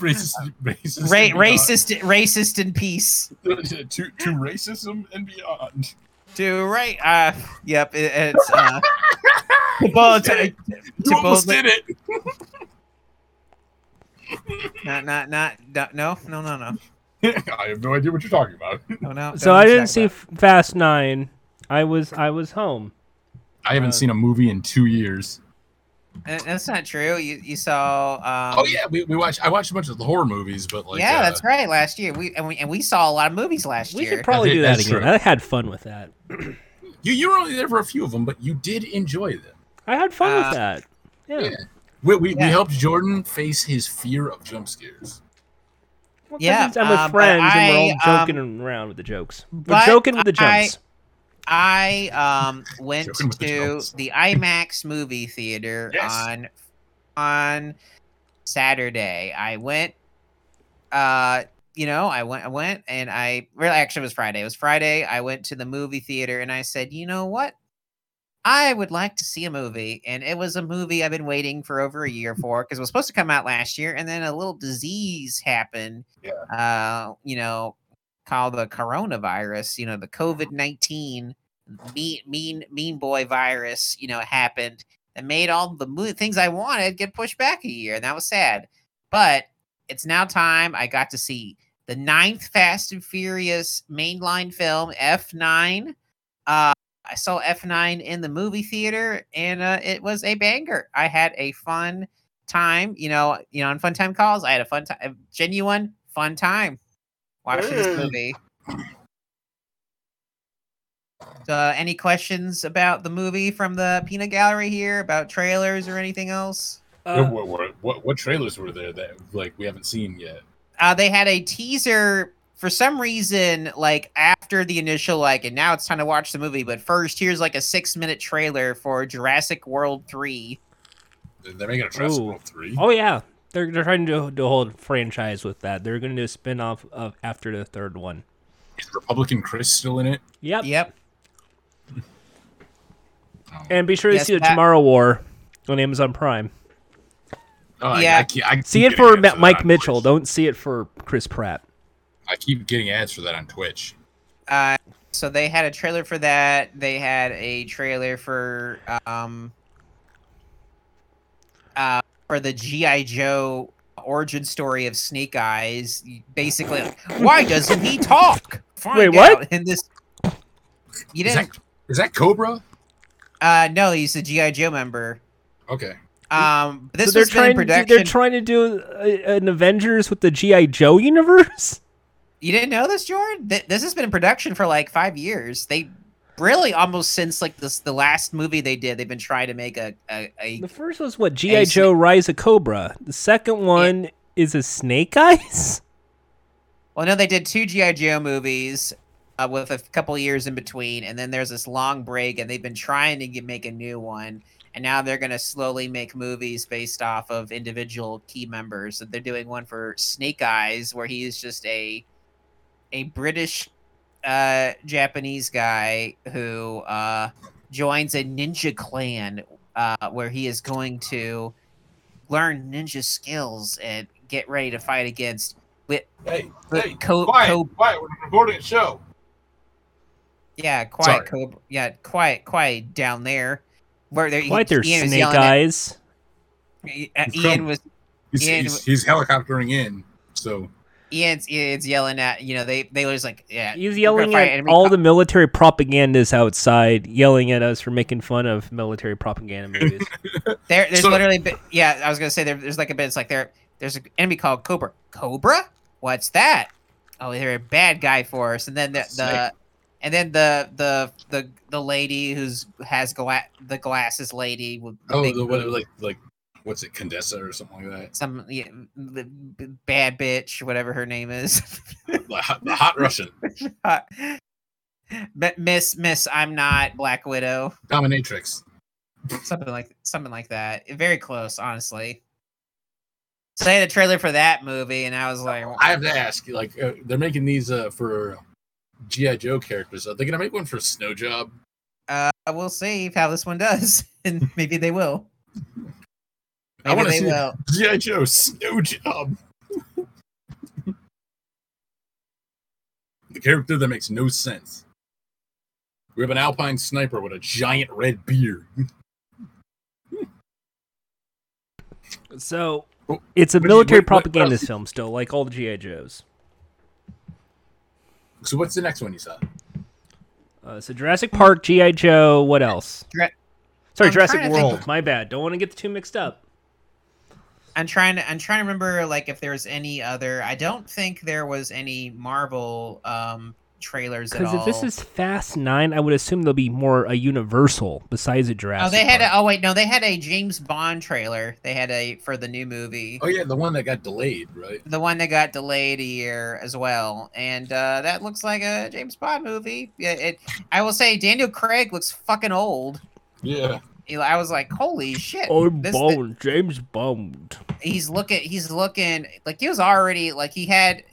Racist, racist,
Ra-
and beyond.
racist, racist in peace.
to, [laughs] to to racism and beyond.
To right, uh, yep, it, it's
[laughs]
uh, to bold- to-
You almost
boldly-
did it.
Not, not, not, no, no, no, no,
[laughs] I have no idea what you're talking about.
no, no.
So I didn't see Fast Nine. I was I was home.
I haven't seen a movie in two years.
Uh, That's not true. You you saw. Um,
Oh yeah, we, we watched. I watched a bunch of the horror movies, but like
yeah,
uh,
that's right. Last year, we and we and we saw a lot of movies last
We
year.
should probably
[laughs]
do that
That's
again.
true.
I had fun with that.
you you were only there for a few of them, but you did enjoy them.
I had fun
Uh,
with that. Yeah.
yeah. We we, we
Yeah.
helped Jordan face his fear of jump scares.
Well, 'cause
Yeah,
I'm with
um, but
friends and we're all
I, um,
joking around with the jokes. We're
but
joking with the
I-
jokes.
I
[laughs]
um went
Joking with the
to
jokes.
the IMAX movie theater
Yes.
on on Saturday. I went uh you know, I went I went and I really actually it was Friday. It was Friday. I went to the movie theater and I said, "You know what? I would like to see a movie." And it was a movie I've been waiting for over a year for cuz it was supposed to come out last year and then a little disease happened.
Yeah.
Uh, you know, called the coronavirus, you know, the COVID 19 mean, mean, mean boy virus, you know, happened that made all the mo- things I wanted get pushed back a year. And that was sad. But it's now time. I got to see the ninth Fast and Furious mainline film, F9. Uh, I saw F9 in the movie theater and uh, it was a banger. I had a fun time, you know, you know, on fun time calls. I had a fun time, genuine fun time watching this movie. Uh, any questions about the movie from the peanut gallery here about trailers or anything else?
Uh,
what, what, what what trailers were there that like we haven't seen yet?
uh, they had a teaser for some reason, like after the initial, like, and now it's time to watch the movie. But first, here's like a six minute trailer for Jurassic World 3.
They're- They're making a Jurassic
Ooh.
World three.
oh yeah, they're they're trying to do a whole franchise with that. They're going to do a spin off of after the third one.
Is Republican Chris still in it?
Yep.
Yep.
And be sure to
Yes,
see the
Pat.
Tomorrow War on Amazon Prime.
Oh, I-
Yeah.
I, keep- I keep
See it
getting
for
ads
Ma-
that
Mike
on
Mitchell.
Twitch.
Don't see it for Chris Pratt.
I keep getting ads for that on Twitch.
Uh, so they had a trailer for that. They had a trailer for um, uh, for the GI Joe origin story of Snake Eyes. Basically, like, why doesn't he talk? Find
Wait, what?
out In this, you
Is
didn't.
that is that Cobra?
Uh, no, he's a GI Joe member.
Okay.
Um, this
so they're
was been in
trying. To,
production.
they're trying to do uh an Avengers with the GI Joe universe.
you didn't know this, Jordan? Th- this has been in production for like five years. They really almost since like this the last movie they did, they've been trying to make a a, a
The first was what GI
Ace-
Joe Rise of Cobra. The second one is a Snake Eyes.
Well, no, they did two GI Joe movies uh, with a couple years in between, and then there's this long break, and they've been trying to get, make a new one, and now they're going to slowly make movies based off of individual key members. So they're doing one for Snake Eyes, where he's just a a British uh, Japanese guy who uh, joins a ninja clan, uh, where he is going to learn ninja skills and get ready to fight against
Hey,
the
hey,
co-
quiet,
co-
quiet. We're recording a show.
Yeah, quiet,
Sorry.
Cobra. Yeah, quiet, quiet down there. Where there,
Why there
Ian was
Snake
yelling at-
Eyes?
I- uh,
He's
Ian
come.
was
He's,
Yeah,
he's, he's helicoptering in. So
Ian's, Ian's yelling at you know they they was like yeah
He's
we're
yelling
gonna fight
at
enemy
all
co-
the military propagandists outside, yelling at us for making fun of military propaganda movies.
[laughs] there there's
So-
literally been, yeah I was gonna say there, there's like a bit it's like there there's an enemy called Cobra Cobra what's that oh they're a bad guy for us and then the, the
Snake.
and then the the the the lady who's has gla- the glasses lady with
oh,
big
the, what,
boobs.
like like what's it, Condessa or something like
Some yeah, the b- bad bitch, whatever her name is. [laughs]
that. The hot, the hot Russian
But Miss Miss, I'm not Black Widow.
dominatrix.
Something like something like that. Very close, honestly. Say the trailer for that movie, and I was like,
Oh, I have to ask, like, uh, they're making these uh, for GI Joe characters. Are they gonna make one for Snow Job?
uh, we'll see how this one does, [laughs] and maybe they will.
[laughs] I
Maybe
wanna
they
see-
will.
GI Joe Snow Job. the character that makes no sense. We have an alpine sniper with a giant red beard.
So
Oh,
it's a
what do you-
military
what- what- what
propagandist
else-
film still, like all the GI Joes.
So what's the next one you saw?
Uh, so Jurassic Park, GI Joe, what else?
Dra-
Sorry,
I'm
Jurassic
trying to think
World. My bad. Don't want to get the two mixed up.
I'm trying to I'm trying to remember like if there was any other. I don't think there was any Marvel um trailers at
Because
all.
if this is Fast Nine, I would assume there'll be more a Universal besides a
oh,
Jurassic.
they had
Park.
a, oh wait no they had a James Bond trailer. They had a for the new movie.
Oh yeah, the one that got delayed, right?
The one that got delayed a year as well, and uh, that looks like a James Bond movie. Yeah, it. I will say Daniel Craig looks fucking old.
Yeah.
You know, I was like, holy shit!
[laughs] Old
this-
Bond, James Bond.
he's looking he's looking like he was already like he had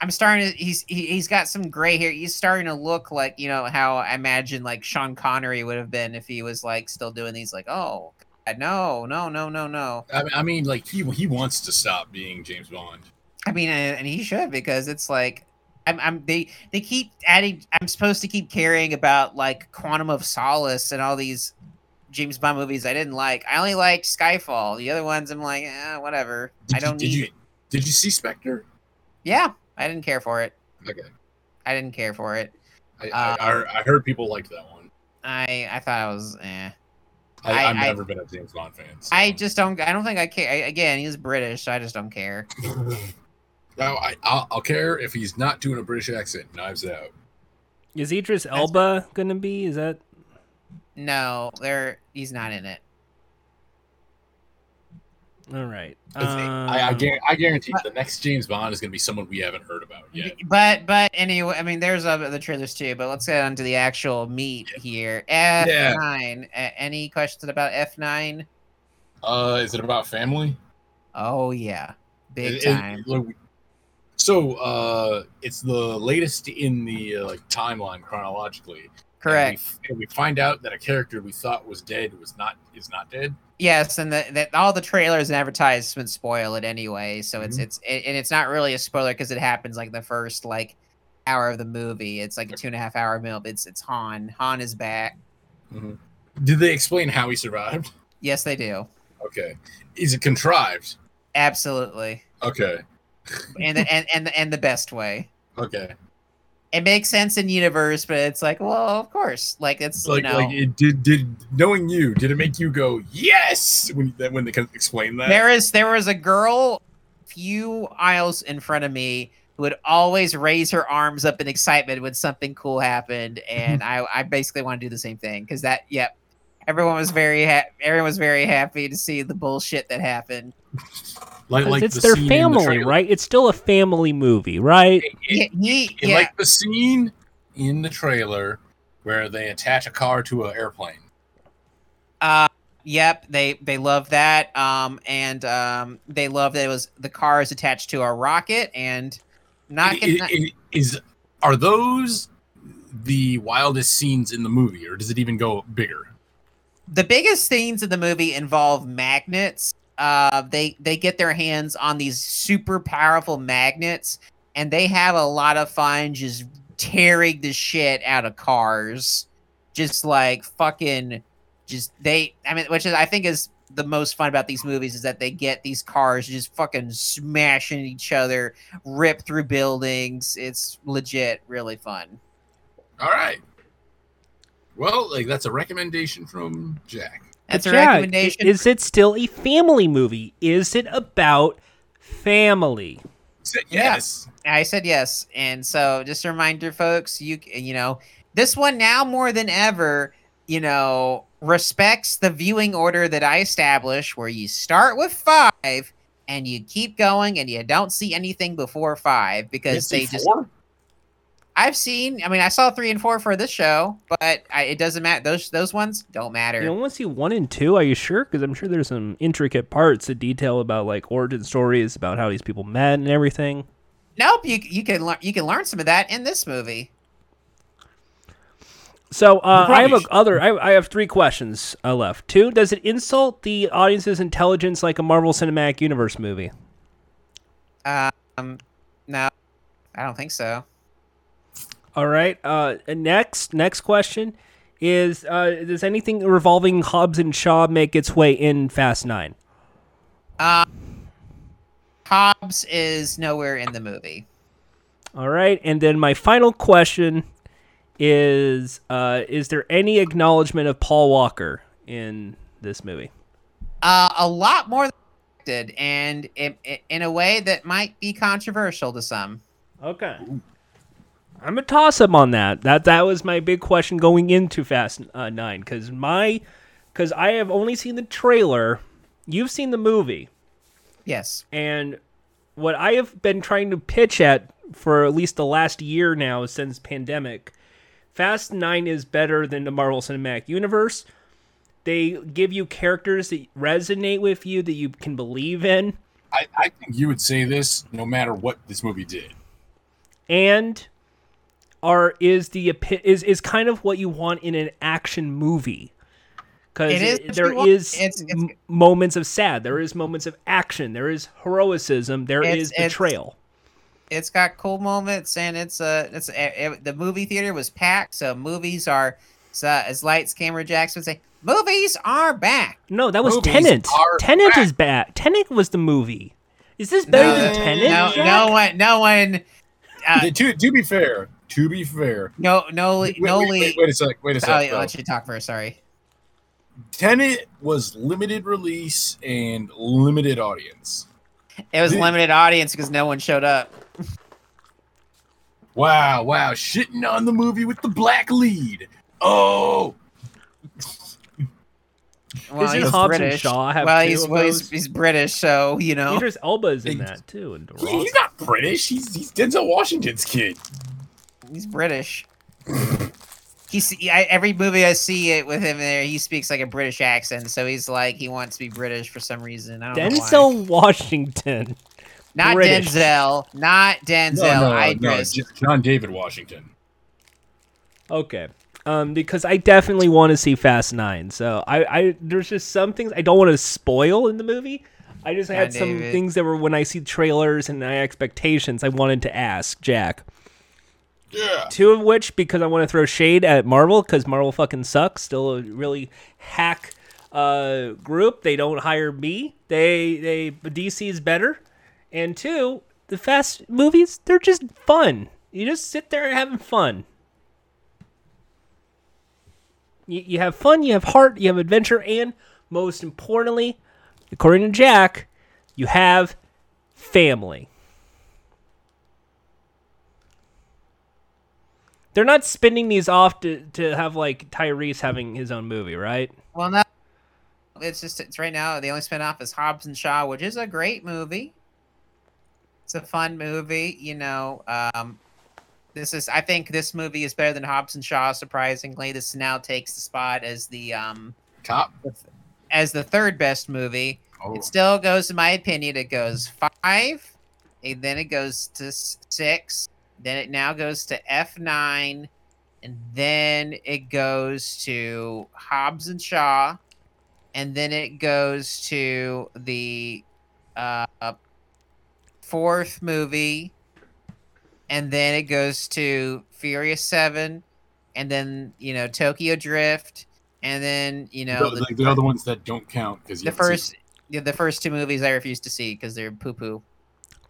i'm starting to he's he, he's got some gray hair he's starting to look like you know how i imagine like sean connery would have been if he was like still doing these like oh God, no no no no no
I, I mean, like he he wants to stop being James Bond.
i mean and, and he should because it's like I'm, I'm they they keep adding i'm supposed to keep caring about like quantum of solace and all these james bond movies i didn't like i only liked skyfall the other ones i'm like eh, whatever
Did
i don't
you,
need
Did you did you see Spectre?
yeah i didn't care for it
Okay.
I didn't care for it.
I,
Uh,
I, I I heard people liked that one.
I I thought it was. Eh.
I,
I-
I, have
I-
never been a James Bond fan. so-
I just don't. I don't think I care. I- again, he's British, so I just don't care.
Now, I, I'll, I'll care if he's not doing a British accent. Knives out.
Is Idris Elba gonna be? Is that
No, there. He's not in it.
all right?
It's- I, I,
Um,
guar- I guarantee the next James Bond is going to be someone we haven't heard about yet.
But but anyway, I mean, there's other the trailers too. But let's get on to the actual meat here. F nine. A- any questions about F nine?
Uh, is it about family?
Oh yeah, big
It- it-
time.
like, so uh, it's the latest in the uh, like timeline chronologically. and
Correct.
we, and we find out that a character we thought was dead was not is not dead.
Yes, and the, that all the trailers and advertisements spoil it anyway. So it's
Mhm.
it's it, and it's not really a spoiler because it happens like the first like hour of the movie. It's like a two and a half hour meal. But it's it's Han. Han is back.
Did they explain how he survived? [laughs]
Yes, they do.
Okay, is it contrived?
Absolutely,
Okay,
and the, and and the, and the best way.
okay.
It makes sense in universe, but it's like, well, of course, like it's
Like
you know.
like it did did knowing you did it make you go yes when that when they can explain that?
There is there was a girl few aisles in front of me who would always raise her arms up in excitement when something cool happened, and I I basically want to do the same thing because that yep. Everyone was very ha- everyone was very happy to see the bullshit that happened.
like,
'cause
like
it's
the
their
scene in the
family,
trailer.
right? It's still a family movie, right?
Yeah, he-
It-
yeah,
like the scene in the trailer where they attach a car to an airplane.
uh, yep, they they love that. Um, and um, they love that it was the car is attached to a rocket and not,
I-
not
i- i- is are those the wildest scenes in the movie, or does it even go bigger?
the biggest scenes in the movie involve magnets. Uh, they they get their hands on these super powerful magnets, and they have a lot of fun just tearing the shit out of cars, just like fucking, just they. I mean, which is I think is the most fun about these movies is that they get these cars just fucking smashing each other, rip through buildings. It's legit, really fun.
All right. Well, like that's a recommendation from Jack.
That's
But
a
yeah, i-
recommendation.
Is it still a family movie? Is it about family?
Is it- Yes.
I said yes, and so just a reminder, folks. You c- you know this one now more than ever. You know respects the viewing order that I establish, where you start with five and you keep going, and you don't see anything before five because they just. I've seen. I mean, I saw three and four for this show, but I, it doesn't matter. Those those ones don't matter.
You don't want to see one and two? Are you sure? Because I'm sure there's some intricate parts of detail about like origin stories, about how these people met and everything.
nope. You you can learn you can learn some of that in this movie.
So uh, I have
Right.
a other. I, I have three questions uh, left. Two. Does it insult the audience's intelligence like a Marvel Cinematic Universe movie?
Um, no, I don't think so.
All right. Uh, and next, next question is: uh, Does anything revolving Hobbs and Shaw make its way in Fast Nine?
Hobbs is nowhere in the movie.
All right. And then my final question is: uh, Is there any acknowledgement of Paul Walker in this movie?
Uh, a lot more than expected, and in, in a way that might be controversial to some.
Okay. I'm a toss up on that. That that was my big question going into Fast uh, Nine because my because I have only seen the trailer. You've seen the movie,
Yes.
and what I have been trying to pitch at for at least the last year now since pandemic, Fast Nine is better than the Marvel Cinematic Universe. They give you characters that resonate with you that you can believe in.
I, I think you would say this no matter what this movie did.
and are is the epi- is is kind of what you want in an action movie because
It is what
there
you want.
is
It's- it's-
m- moments of sad there is moments of action there is heroism there
It's-
is
it's-
betrayal
It's got cool moments, and it's uh, it's uh, uh, the movie theater was packed, so movies are so as lights, camera, Jackson would say, movies are back.
no that was
Movies
tenant
are
tenant
back.
is bad tenant was the movie is this better than tenant
No,
Jack?
no one, no one, Uh,
The- to, to be fair, to be fair.
no, no,
Wait,
no.
wait, wait, wait a sec. Wait a
oh,
sec.
I'll
though.
let you talk first. Sorry.
Tenet was limited release and limited audience.
It was
Dude.
limited audience because no one showed up.
Wow, wow, shitting on the movie with the black lead. Oh,
Well,
Isn't
he's
Hobbs and
British.
Shaw have
well,
two
he's,
of
well he's,
those?
he's British, so you know.
Idris Elba's in
Ex-
that too and
he-
Rock.
[laughs] he's not British. He's, he's Denzel Washington's kid.
He's British. He's I, every movie I see it with him there. He speaks like a British accent, so he's like he wants to be British for some reason. I don't know why.
Denzel Washington
not
British.
Denzel, not Denzel.
Oh,
Idris.
J- John David Washington.
Okay. Um, because I definitely want to see Fast Nine. So I, I there's just some things I don't want to spoil in the movie. I just had
Yeah,
some
David.
things that were when I see trailers and my expectations I wanted to ask Jack.
Yeah.
Two of which because I want to throw shade at Marvel because Marvel fucking sucks. Still a really hack uh, group. They don't hire me. They they DC is better. And two, the Fast movies they're just fun. You just sit there and having fun. You, you have fun, you have heart, you have adventure, and most importantly, according to Jack, you have family. They're not spinning these off to, to have like Tyrese having his own movie, right?
Well, no, it's just it's right now. The only spinoff is Hobbs and Shaw, which is a great movie. It's a fun movie, you know. Um, this is I think this movie is better than Hobbs and Shaw. Surprisingly, this now takes the spot as the um
Top.
as the third best movie.
Oh,
It still goes, in my opinion, it goes five, and then it goes to s- six, then it now goes to F nine, and then it goes to Hobbs and Shaw, and then it goes to the uh, fourth movie, and then it goes to Furious Seven, and then you know Tokyo Drift, and then you know
the, the, the other ones that don't count because
the first yeah, the first two movies I refuse to see because they're poo poo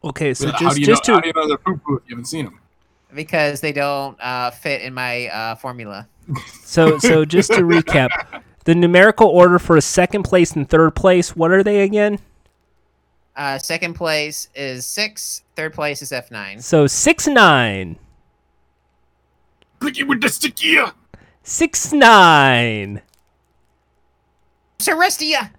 Okay, so
how
just
do you
just
know, how
to
do you know they're poo poo if you haven't seen them?
because they don't uh, fit in my uh, formula.
so
[laughs]
so just to recap, the numerical order for a second place and third place, what are they again?
Uh, second place is six. Third place is F nine.
So six nine,
Click it with the stick here.
six nine,
Celestia.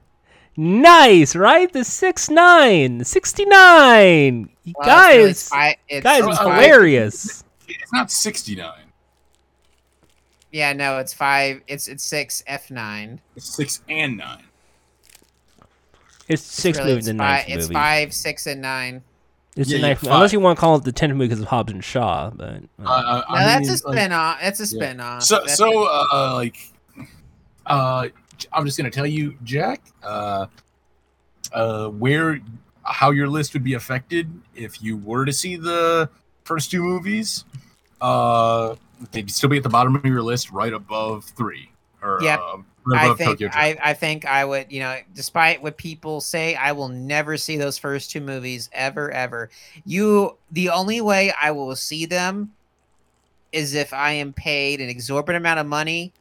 Nice, right? The 6 9 69. You guys, guys, it's
five.
hilarious.
It's not 69.
Yeah, no, it's five. It's it's six F nine.
It's 6 and 9.
It's six
Really,
movies
it's,
in
five,
ninth
it's
movie.
five, six, and nine.
It's
Yeah,
the
yeah,
ninth,
five.
unless you want to call it the tenth movie because of Hobbs and Shaw, but uh,
Uh,
No,
I
that's
mean,
a
like-
spin off. That's a
yeah.
spin off.
So, so uh, like, uh, I'm just gonna tell you, Jack, uh, uh, where how your list would be affected if you were to see the first two movies. Uh, they'd still be at the bottom of your list, right above three. Or,
Yep.
uh, right
I
above
think
Tokyo Drift. [laughs]
I, I think I would, you know, despite what people say, I will never see those first two movies ever, ever. You, the only way I will see them is if I am paid an exorbitant amount of money,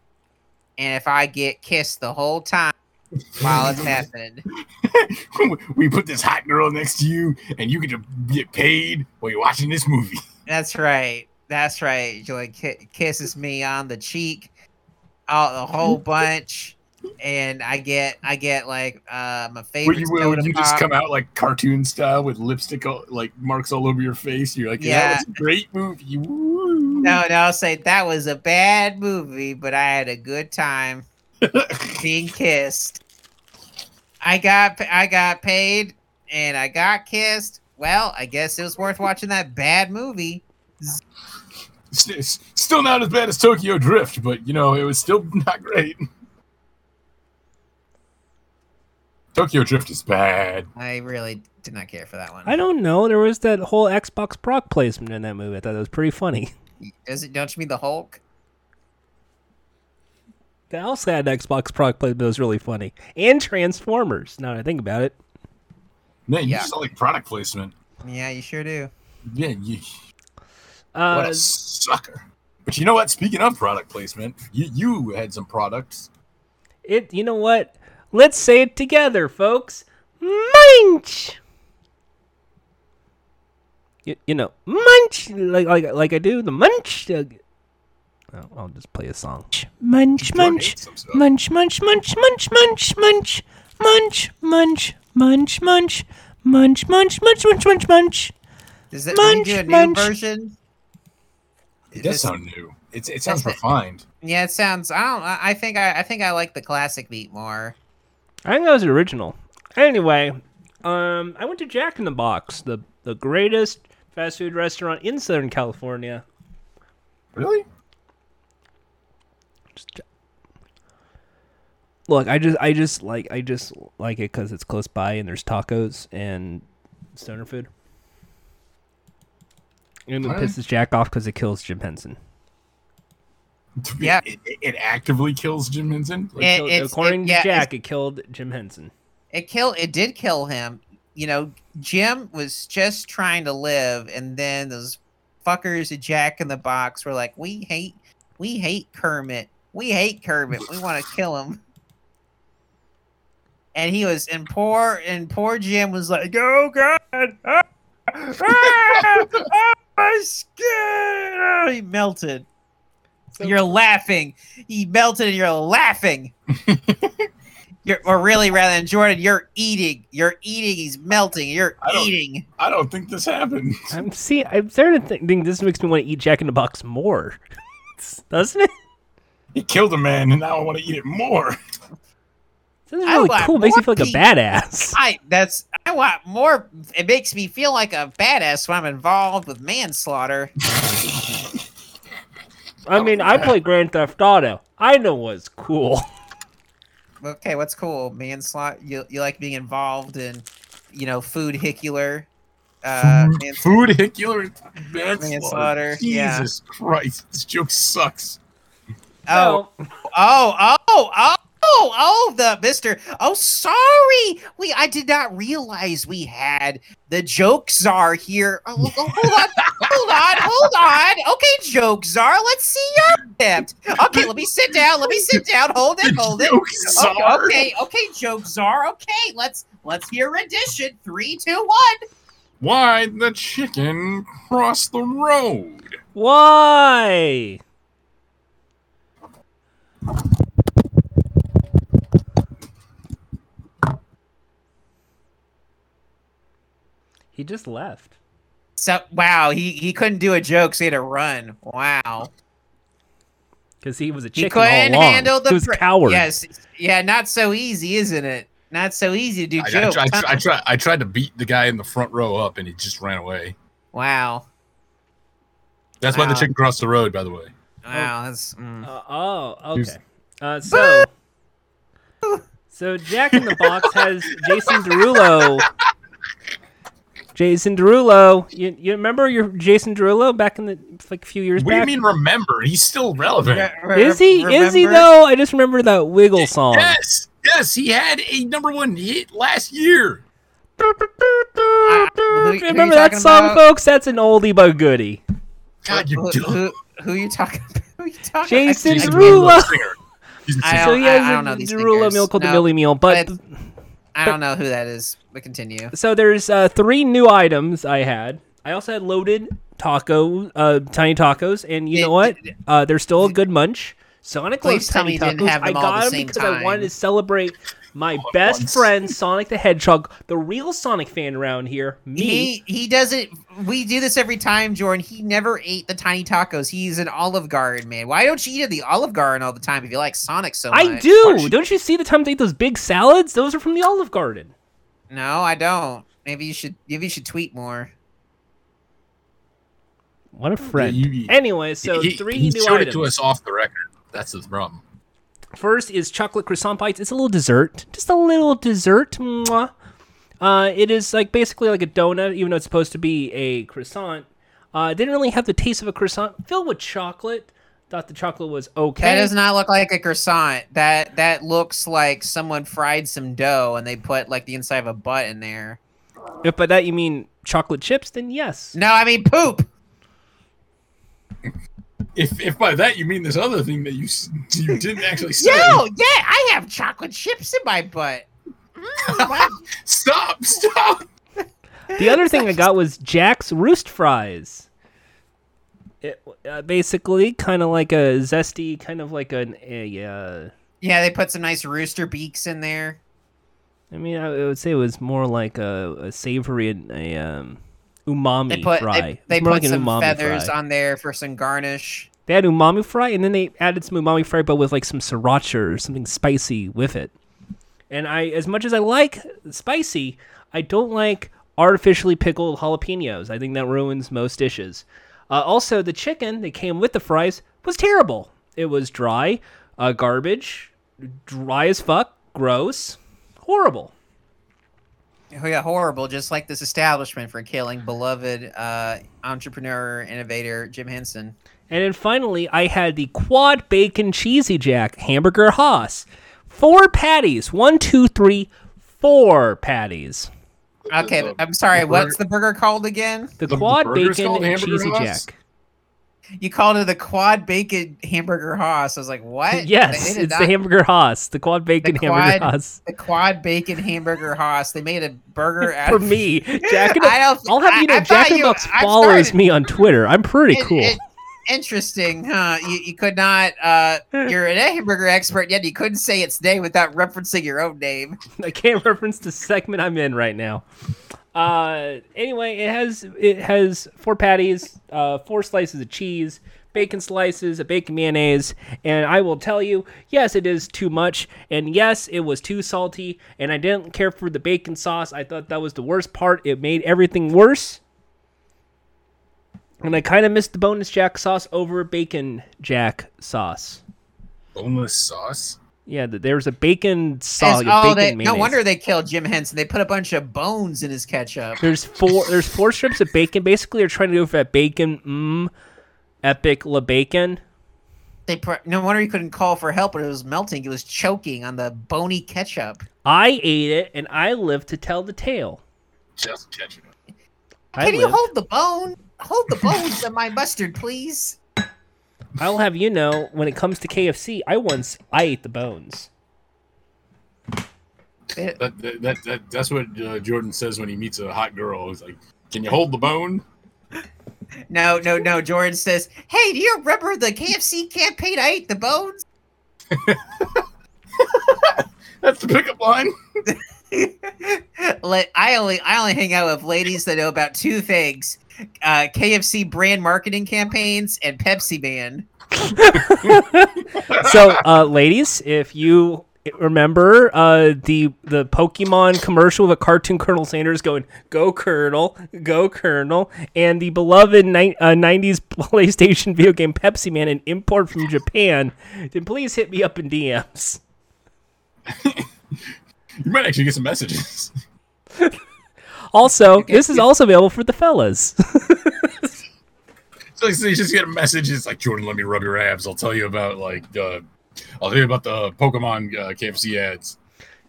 and if I get kissed the whole time while
[laughs]
it's happening.
we put this hot girl next to you, and you get to get paid while you're watching this movie.
That's right. That's right. She like ki- kisses me on the cheek, out the whole bunch, and I get I get like uh my
Where
favorite.
you
soda
will you just
pop.
come out like cartoon style with lipstick all, like marks all over your face. You're like, yeah,
Yeah.
that's a great movie. Woo.
No, no, I'll say that was a bad movie, but I had a good time
[laughs]
being kissed. I got pa- I got paid and I got kissed. Well, I guess it was worth watching that bad movie.
It's- it's still not as bad as Tokyo Drift, but you know it was still [laughs] not great. Tokyo Drift is bad.
I really did not care for that one.
I don't know. There was that whole Xbox proc placement in that movie. I thought that was pretty funny. [laughs]
Does it? Don't you mean the Hulk?
They also had Xbox proc placement that was really funny, and Transformers. Now that I think about it,
Man, you
Yeah.
just like product placement.
Yeah, you sure do.
Yeah, you,
uh,
what a sucker. But you know what? Speaking of product placement, you, you had some products.
it. You know what? Let's say it together, folks. Munch. You, you know, munch like like like I do the munch. uh, oh, I'll just play a song. Munch, munch,
donate some stuff.
munch, munch, munch, munch, munch, munch, munch, munch, munch, munch, munch, munch, munch, munch, munch, munch.
Does that when you
Munch,
do a new
munch.
version?
It does
This-
sound new. It's, it sounds
That's it.
refined.
Yeah, it sounds. I don't. I I think I. I think I like the classic beat more.
I think that was the original. Anyway, um, I went to Jack in the Box, the the greatest fast food restaurant in Southern California.
Really?
Just- Look, I just, I just like, I just like it because it's close by and there's tacos and stoner food. And it
Alright.
pisses Jack off because it kills Jim Henson.
Yep.
It, it, it actively kills Jim Henson. Like,
It-
Killed-
it's-
according
it- yeah,
to
it's-
Jack, it killed Jim Henson.
It kill. It did kill him. You know, Jim was just trying to live, and then those fuckers at Jack in the Box were like, "We hate. We hate Kermit. We hate Kermit. We want to kill him." And he was, and poor, and poor Jim was like, "Oh God, ah, ah, [laughs] ah, my skin!" Ah, he melted. You're laughing. He melted and you're laughing. you're, or really, rather than Jordan, you're eating. You're eating. He's melting. You're
I don't-
eating.
I don't think this happened. [laughs]
I'm see. I'm starting to think, think this makes me want to eat Jack in the Box more, [laughs] doesn't it?
He killed a man, and now I want to eat it more.
This is
I
really
want
cool. Makes you feel
more
like a
pizza.
badass.
I that's I want more. It makes me feel like a badass when I'm involved with manslaughter. [laughs]
I mean, I play Grand Theft Auto. I know what's cool.
Okay, what's cool? Manslaughter. You you like being involved in, you know, food hicular. [laughs] Uh,
Food-
mans-
Food, Hickler, manslaughter.
Manslaughter, yeah.
Jesus Christ, this joke sucks.
oh, Oh, oh, oh, oh, oh, the Mister. Oh, sorry. We I did not realize we had the joke czar here. Oh, oh, hold on, hold on, hold on. Okay, joke czar. Let's see your attempt. Okay, let me sit down. Let me sit down. Hold it, hold it.
Joke
Okay,
czar.
okay, okay, joke czar. Okay, let's let's hear rendition. Three, two, one.
Why the chicken crossed the road?
Why? He just left.
So wow, he he couldn't do a joke, so he had to run. Wow,
Because he was a
he
chicken
couldn't
all along.
handle the
he was a
pre-
coward.
Yes, yeah, not so easy, isn't it? Not so easy to do
I, I,
jokes.
tried,
huh?
I, tried, I tried to beat the guy in the front row up, and he just ran away.
Wow,
That's why
Wow.
the chicken crossed the road, by the way.
wow, that's mm.
Uh, oh,
He was-
okay. Uh, so, so Jack in the
[laughs]
Box has Jason Derulo. Jason Derulo, you, you remember your Jason Derulo back in the like a few years
What do you
back?
mean? Remember, he's still relevant.
is he? Is he
Remember?
though? I just remember that Wiggle song.
Ah,
Yes, yes, he had a number one hit last year.
who- who you
remember that
talking
song,
about?
folks? That's an oldie but goodie.
God, you
Who,
dumb.
who, who you talking? [laughs] Who you talking?
Jason
I,
He's a
can't-
Derulo.
singer. He's a
I
singer.
don't-
So he has
I
a
don't know these
Derulo
singers.
meal called the
No,
Millie Meal, but
but- I don't know who that is. But continue.
So there's uh, three new items I had. I also had loaded taco, uh, tiny tacos, and you
Did-
know what? Uh, they're still a good munch. Sonic
Please
loves
tell
tiny
me you
tacos.
didn't have
I
them all
got
the
them
same
because I
time.
wanted to celebrate my best
[laughs]
once.
friend, Sonic the Hedgehog, the real Sonic fan around here. Me.
He he doesn't. We do this every time, Jordan. He never ate the tiny tacos. He's an Olive Garden man. Why don't you eat at the Olive Garden all the time if you like Sonic so much?
I do. Don't you see the time to eat those big salads? Those are from the Olive Garden.
No, I don't. Maybe you should. Maybe you should tweet more.
What a friend.
Yeah, you-
anyway, so
he,
three
he
new
showed
items.
it to us off the record. That's the problem.
First is chocolate croissant bites. It's a little dessert, just a little dessert. Mwah. Uh, it is like basically like a donut, even though it's supposed to be a croissant. Uh, it didn't really have the taste of a croissant. Filled with chocolate. Thought the chocolate was okay.
That does not look like a croissant. That that looks like someone fried some dough and they put like the inside of a butt in there.
if by that you mean chocolate chips, then yes.
No, I mean poop.
If, if by that you mean this other thing that you s- you didn't
[laughs]
actually say,
No, yeah, I have chocolate chips in my butt. Mm, why-
stop, stop.
The other thing I got was Jack's Roost Fries. It uh, basically kind of like a zesty, kind of like an a. Uh,
yeah, they put some nice rooster beaks in there.
I mean, I I would say it was more like a, a savory and a um, umami
They put
fry.
they,
It's
they
more
put
like an
some
umami
feathers
fry.
on there for some garnish.
They had umami fry, and then they added some umami fry, but with like some sriracha or something spicy with it. And I, as much as I like spicy, I don't like artificially pickled jalapenos. I think that ruins most dishes. Uh, also, the chicken that came with the fries was terrible. It was dry, uh, garbage, dry as fuck, gross, horrible.
Oh, yeah, horrible, just like this establishment for killing beloved uh, entrepreneur innovator Jim Henson.
And then finally, I had the quad bacon cheesy jack hamburger Haas. Four patties. One, two, three, four patties.
Okay,
The-
I'm sorry.
the
What's
burger-
the burger called again?
The,
The
quad
burger's called
bacon
hamburger
cheesy
Haas?
jack.
You called it the quad bacon hamburger Haas. I was like, what?
Yes,
They did
it's
not-
the hamburger Haas. The quad bacon hamburger
quad-
Haas.
the quad bacon hamburger Haas. They made a
[laughs]
burger out
For
of [laughs]
me, Jack and
I don't-
I'll have you
I-
know,
I thought
Jack and
you-
Bucks
I
follows
started-
me on Twitter. I'm pretty
It-
cool.
it- interesting, huh? You, you could not. Uh,
[laughs]
you're an hamburger expert, yet you couldn't say its name without referencing your own name.
[laughs] I can't reference the segment I'm in right now. Uh, anyway, it has it has four patties, uh, four slices of cheese, bacon slices, a bacon mayonnaise, and I will tell you, yes, it is too much, and yes, it was too salty, and I didn't care for the bacon sauce. I thought that was the worst part. It made everything worse. And I kind of missed the bonus jack sauce over bacon jack sauce.
Boneless sauce.
Yeah, th- there was a bacon sauce.
As- oh,
bacon
they, no
mayonnaise.
wonder they killed Jim Henson. They put a bunch of bones in his ketchup.
There's four. There's four strips of bacon. Basically, they're trying to go for that bacon, mmm, epic la bacon.
They pr- no wonder he couldn't call for help when it was melting. It was choking on the bony ketchup.
I ate it, and I lived to tell the tale.
Just ketchup.
I
Can you
lived.
hold the bone? Hold the bones of my mustard, please.
I'll have you know, when it comes to KFC, I once I ate the bones.
It-
That, that, that, that that's what uh, Jordan says when he meets a hot girl. He's like, "Can you hold the bone?"
No, no, no. Jordan says, "Hey, do you remember the KFC campaign? I ate the bones."
That's the pickup line.
let I only I only hang out with ladies that know about two things: uh, KFC brand marketing campaigns and Pepsi Man.
So, uh, ladies, if you remember uh, the the Pokemon commercial with cartoon Colonel Sanders going "Go Colonel, Go Colonel," and the beloved ni- uh, '90s [laughs] PlayStation video game Pepsi Man, an import from Japan, then please hit me up in DMs.
[laughs] You might actually get some messages. [laughs]
Also, this is also available for the fellas. [laughs]
So, so you just get a message. It's like Jordan, let me rub your abs. I'll tell you about like the, I'll tell you about the Pokemon uh, KFC ads.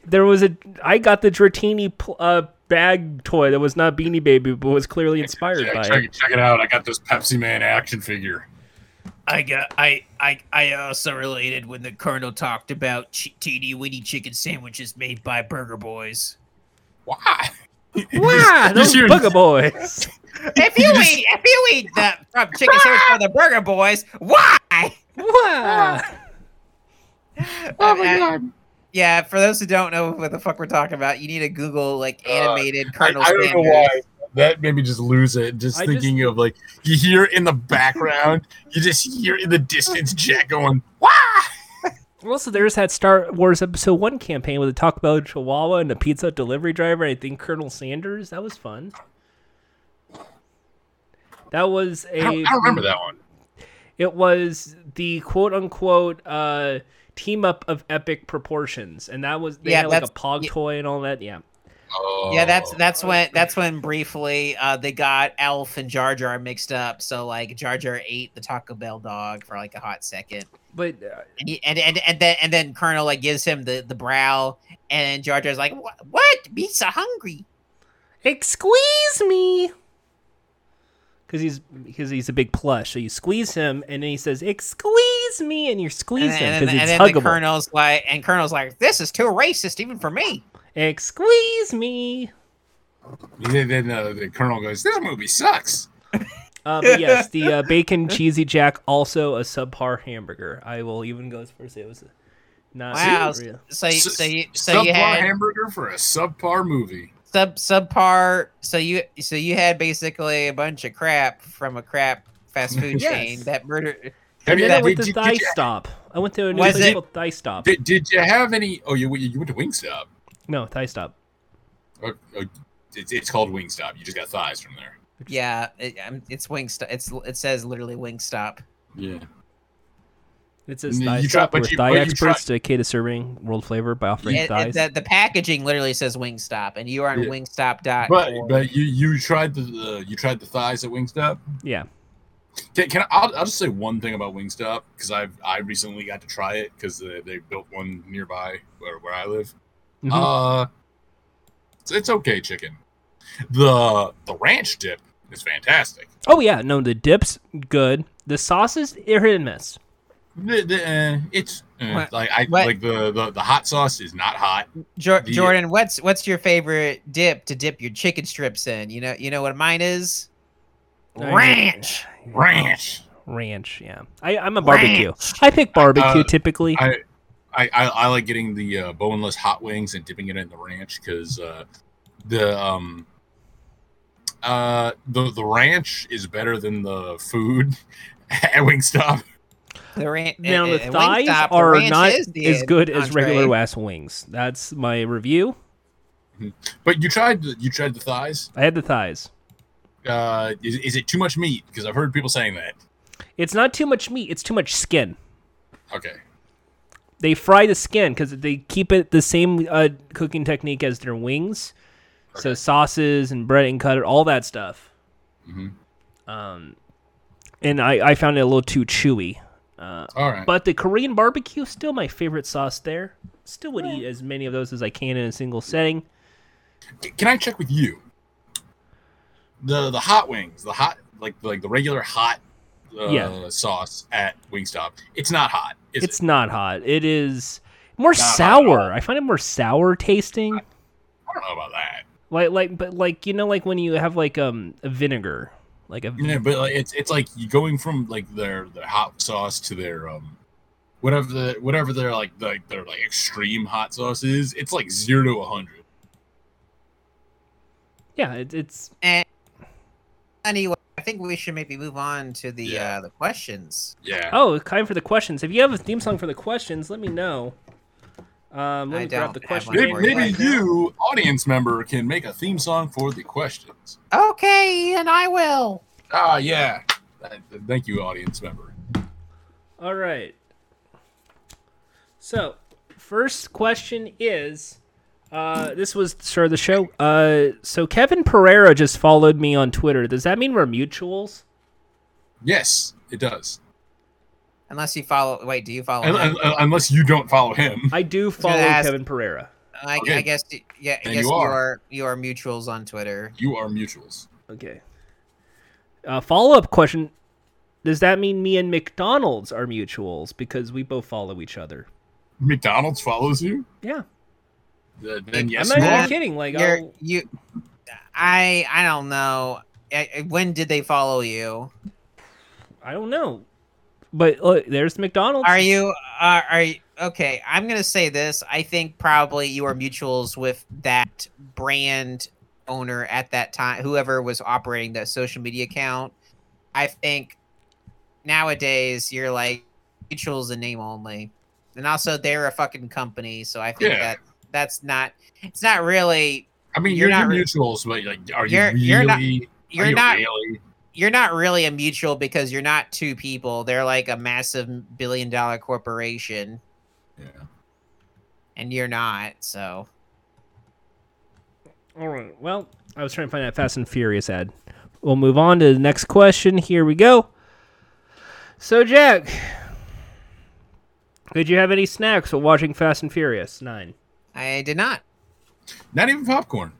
there was a I got the Dratini pl- uh, bag toy that was not Beanie Baby, but was clearly inspired
Yeah,
by it.
check, check it out. I got this Pepsi Man action figure.
I got I I I also related when the Colonel talked about ch- teeny witty chicken sandwiches made by Burger Boys.
Why? [laughs]
Wow, those
Just your-
Bugger
[laughs]
Boys.
If you [laughs] eat if you eat the from chicken sandwich by the Burger Boys, why?
Wow.
Oh my god. Yeah, for those who don't know what the fuck we're talking about, you need to Google like
Uh,
animated
I, I
Colonel
don't know
Sanders.
why. That made me just lose it. Just
I
thinking of like you hear in the background, you just hear in the distance Jack going, "Wah!"
Also, there's that Star Wars Episode One campaign with a Taco Bell Chihuahua and a pizza delivery driver. and I think Colonel Sanders. That was fun. That was a.
I don't, I don't remember that one.
It was the quote unquote uh, team up of epic proportions, and that was they
Yeah,
had like a
that's-
pog
yeah.
toy and all that. Yeah.
Oh.
Yeah, that's that's when that's when briefly uh, they got Elf and Jar Jar mixed up. So like Jar Jar ate the Taco Bell dog for like a hot second,
But uh,
and he, and, and and then and then Colonel like gives him the the brow, and Jar Jar's like, "What? What? Be so hungry?"
Excuse me. Because he's because he's a big plush, so you squeeze him, and then he says, "Excuse me," and you're
And
squeezing
then,
him
and then,
because
and
it's
then the
huggable.
Colonel's like, and Colonel's like, "This is too racist even for me."
Excuse me.
Then, then uh, the colonel goes, "This movie sucks."
Uh, but yes, the uh,
[laughs]
bacon cheesy jack also a subpar hamburger. I will even go as far as say it was not
Wow.
real.
So you- so you so
subpar
you had
hamburger for a subpar movie.
sub subpar. So you so you had basically a bunch of crap from a crap fast food
Yes.
chain that murdered.
Have
And
you-
then I
did,
went to
you-
Thigh
did you-
Stop. I went to a new
Was
place
it-
called Thigh Stop.
did, did you have any? Oh, you you went to Wingstop.
No, Thigh Stop.
Oh, oh, it's, it's called Wingstop. You just got thighs from there.
Yeah, it, um, it's Wingstop. It's it says literally Wingstop.
Yeah.
It says
You
Thigh
try-
Stop.
but
We're
you-
thigh
but you
experts dedicated to serving world flavor by offering
It,
thighs.
it, the, the packaging literally says Wingstop, and you are on
Yeah.
Wingstop dot.
But
org.
but you you tried the, the you tried the thighs at Wingstop.
yeah.
Can, can I, I'll, I'll just say one thing about Wingstop because I have I recently got to try it because they, they built one nearby where, where I live.
Mhm.
Uh, it's, it's okay, chicken. The the ranch dip is fantastic.
Oh yeah, no, the dips good. The sauces are hit and miss.
The, the, uh, it's uh,
What-
like I
what-
like the, the the hot sauce is not hot.
Jo-
the-
Jordan, what's what's your favorite dip to dip your chicken strips in? You know, you know what mine is.
I-
Ranch.
Ranch.
Ranch, yeah. I, I'm a barbecue. I pick barbecue
Uh,
typically.
I- I, I, I like getting the uh, boneless hot wings and dipping it in the ranch because uh, the um uh the the ranch is better than the food [laughs] at Wingstop.
The ran-
now
at-
the
at
thighs
Wingstop, the
are
ranch
not
is the
as good as
entree.
regular ass wings. That's my review.
But you tried the, you tried the thighs.
I had the thighs.
Uh, is, is it too much meat? Because I've heard people saying that.
It's not too much meat. It's too much skin.
Okay,
They fry the skin because they keep it the same uh, cooking technique as their wings. So sauces and bread and cutter, all that stuff.
Mm-hmm.
Um, and I, I found it a little too chewy.
all right.
But the Korean barbecue still my favorite sauce there. Still would eat as many of those as I can in a single setting.
Can I check with you? The the hot wings, the hot like like the regular hot uh,
Yeah.
sauce at Wingstop. It's not hot. Is
It's
it?
not hot. It is more
hot at
sour. I find it more sour tasting.
I don't know about that.
Like like but like you know like when you have like um a vinegar. Like a
Yeah, but like, it's it's like you going from like their their hot sauce to their um whatever the whatever their like like their like extreme hot sauce is. It's like zero to a hundred.
yeah, it, it's
And anyway, I think we should maybe move on to the
Yeah.
uh, the questions.
Yeah.
oh time for the questions. If you have a theme song for the questions, let me know. Um, let
I
me grab the
don't have
question.
one
Maybe,
Or
maybe
like-
you, audience member, can make a theme song for the questions.
Okay, and I will.
Ah, yeah. Uh, Thank you, audience member.
All right. So, first question is uh, this was the start of the show. Uh, so, Kevin Pereira just followed me on Twitter. Does that mean we're mutuals?
Yes, it does.
Unless you follow. Wait, do you follow?
Un-
him?
un- un- Unless you don't follow him.
I do follow
ask-
Kevin Pereira.
I,
okay.
I guess. Yeah, I
Then
guess
you
you
are.
are. You are mutuals on Twitter.
You are mutuals.
Okay. Uh, follow up question Does that mean me and McDonald's are mutuals because we both follow each other?
McDonald's follows you?
Yeah.
Uh, then yes,
I'm
you
not
are.
even kidding. Like,
You're,
I'll-
you. I I don't know. I, I- when did they follow you?
I don't know. But look, there's McDonald's.
Are you are are you, okay? I'm gonna say this. I think probably you are mutuals with that brand owner at that time, whoever was operating that social media account. I think nowadays you're like mutuals in name only, and also they're a fucking company, so I think
Yeah.
that that's not. It's not really.
I mean,
You're
you're,
not
you're
re-
mutuals, but like, are you
You're-
really?
you're not-
are
You're
you
not
really?
you're not really a mutual because you're not two people. They're like a massive billion dollar corporation
Yeah.
and you're not. So,
All right. Well, I was trying to find that Fast and Furious ad. We'll move on to the next question. Here we go. So, Jack, did you have any snacks while watching Fast and Furious 9?
I did not.
Not even popcorn.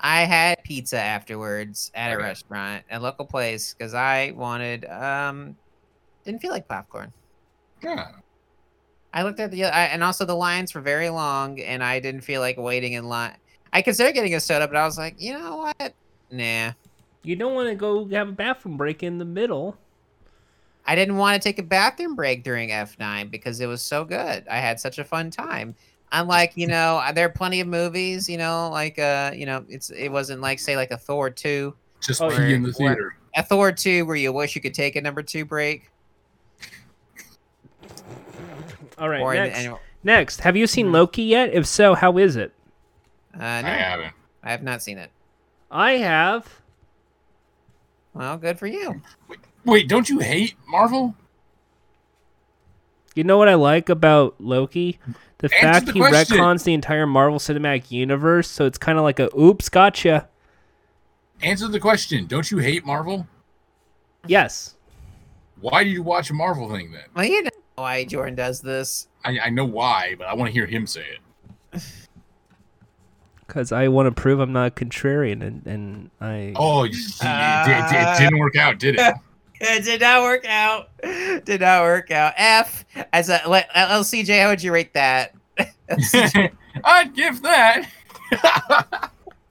I had pizza afterwards at a
Okay.
restaurant, a local place cuz I wanted um didn't feel like popcorn.
Yeah.
I looked at the uh, I, and also the lines were very long and I didn't feel like waiting in line. I considered getting a soda, but I was like, "You know what? Nah.
You don't want to go have a bathroom break in the middle.
I didn't want to take a bathroom break during F9 because it was so good. I had such a fun time. Unlike, [laughs] you know, there are plenty of movies, you know, like uh, you know, it's it wasn't like say like a Thor 2.
Just
Oh,
pee
yeah.
in the theater.
A Thor 2 where you wish you could take a number 2 break
All right.
or an
Next.
annual
next, have you seen Loki yet? If so, how is it?
uh, no,
I haven't.
I have not seen it.
I have.
Well, good for you.
Wait, don't you hate Marvel?
You know what I like about Loki? The
Answer
fact
the
he
question.
retcons the entire Marvel Cinematic Universe, so it's kind of like a oops, gotcha.
Answer the question. Don't you hate Marvel?
Yes.
Why do you watch a Marvel thing then?
Well, you know why Jordan does this.
I, I know why, but I want to hear him say it.
Because I want to prove I'm not a contrarian, and, and I.
Oh, you- it, it- it-
Uh.
it didn't work out, did it?
It did not work out. [laughs] Did not work out. F as a let- LCJ, how would you rate that? [laughs]
[laughs] I'd give that. [laughs]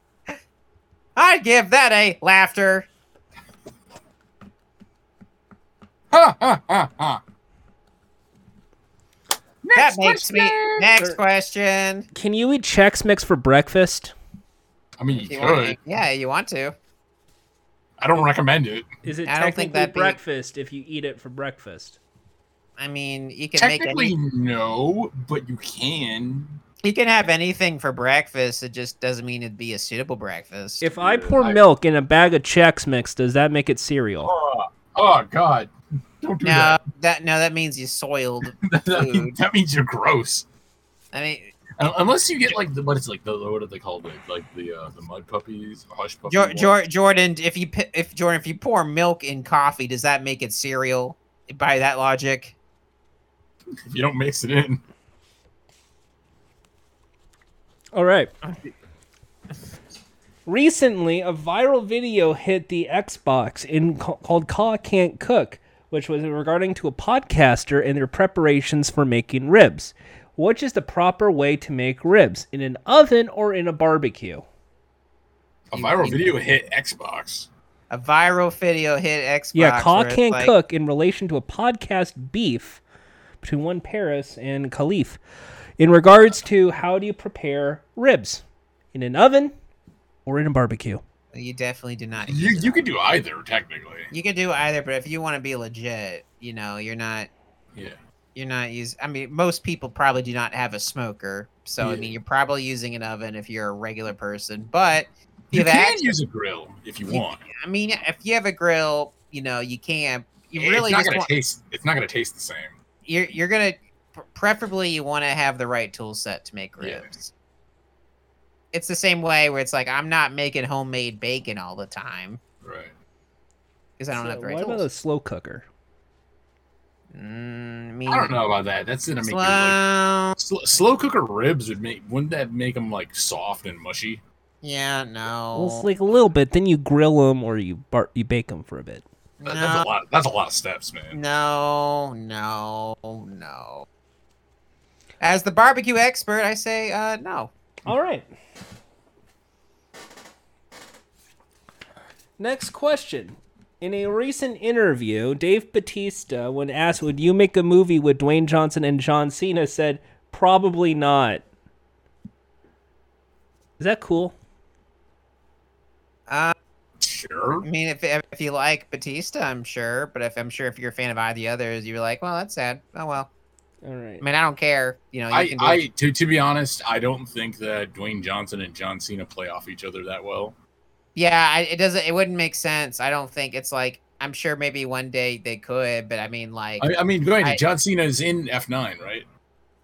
I'd give that a laughter.
Ha ha ha ha.
that makes me next question.
Can you eat Chex Mix for breakfast?
I mean, you
You wanna-
could.
yeah, you want to.
I don't recommend it.
Is it
I don't think
technically
that'd be-
breakfast if you eat it for breakfast?
I mean, you can make
Technically,
any,
no, but you can.
you can have anything for breakfast. It just doesn't mean it'd be a suitable breakfast.
If I pour milk in a bag of Chex Mix, does that make it cereal?
Oh, oh God! Don't do
no, that no, that means you
[laughs]
soiled.
that. that, mean-
dude.
that means you're gross.
I mean,
Un- Unless you get like the what is like the what are they called like, like the uh, the mud puppies, hush puppies.
Jor- Jor- Jordan, if you pi- if Jordan, if you pour milk in coffee, does that make it cereal? By that logic,
If you don't mix it in,
All right. Recently, a viral video hit the Xbox in ca- called "Caw Can't Cook," which was regarding to a podcaster and their preparations for making ribs. Which is the proper way to make ribs in an oven or in a barbecue?
a
You-
viral
you-
video hit Xbox.
a viral video hit Xbox.
Yeah, Caw
where it's
Can't
like-
Cook in relation to a podcast beef between one Paris and Khalif in regards to how do you prepare ribs in an oven or in a barbecue.
You definitely do not.
You you could do either technically.
You can do either, but if you want to be legit, you know, you're not
Yeah.
you're not using. I mean, most people probably do not have a smoker, so I
Yeah.
mean, you're probably using an oven if you're a regular person. But
You
if you have
can
ac-
use a grill if you
You-
want.
I mean, if you have a grill, you know, you can. You really
it's not
just
gonna
want,
taste. It's not gonna taste the same.
you're you're gonna pr- preferably you want to have the right tool set to make
Yeah.
ribs. It's the same way where it's like I'm not making homemade bacon all the time
Right.
because I don't have
So
the right
what about a
tools.
slow cooker?
Mm, I, mean,
I don't know about that. That's gonna make you like,
Slow.
sl- slow cooker ribs would make. Wouldn't that make them like soft and mushy?
Yeah, no.
Well, it's like a little bit. Then you grill them or you bar- you bake them for a bit.
That- That's a
No.
lot. That's a lot of steps, man.
No, no, no. As the barbecue expert, I say uh no.
All right. Next question. In a recent interview, Dave Batista, when asked, Would you make a movie with Dwayne Johnson and John Cena, said, Probably not. Is that cool?
Sure.
I mean, if if you like Batista, I'm sure, but if I'm sure if you're a fan of either of the others, you're like, well, that's sad. Oh well.
All right.
I mean, I don't care. You know, you
I,
can do
I to, to be honest, I don't think that Dwayne Johnson and John Cena play off each other that well.
yeah, I, it doesn't. It wouldn't make sense. I don't think it's like. I'm sure maybe one day they could, but I mean, like
I, I mean, granted,
I-
John Cena is in F nine, right?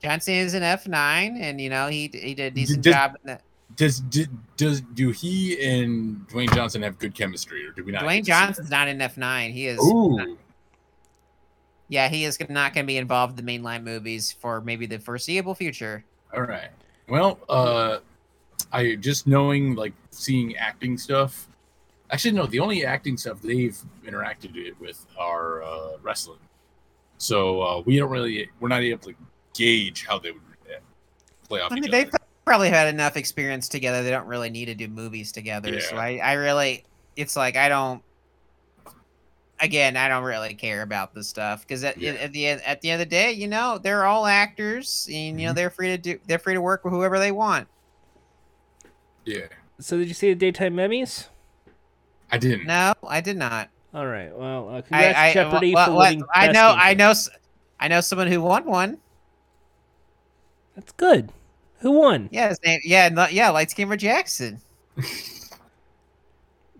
Johnson is an F9, and you know he he did a
Did-
decent
did-
job. In the,
Does do, does do he and Dwayne Johnson have good chemistry, or do we not?
Dwayne
get to see
Johnson's not in F9. He is.
that? Ooh,
Yeah, he is not going to be involved in the mainline movies for maybe the foreseeable future.
all right. Well, uh, I just knowing like seeing acting stuff. Actually, no. The only acting stuff they've interacted it with are uh, wrestling, so uh, we don't really we're not able to gauge how they would uh, play off
I
each
mean,
other.
they've probably had enough experience together. They don't really need to do movies together. So
Yeah.
I, I really, it's like I don't. Again, I don't really care about this stuff because at,
Yeah.
at the end, at the end of the day, you know, they're all actors, and you know,
Mhm.
they're free to do, they're free to work with whoever they want.
Yeah,
So, did you see the daytime Emmys?
I didn't.
No, I did not.
All right. Well, uh, congrats,
I, I,
Jeopardy,
well,
for
well,
winning
I
Best
know,
Game
I
Show.
know, s- I know someone who won one.
That's good. Who won?
Yeah, his name, yeah, no- yeah, Lights Camera Jackson.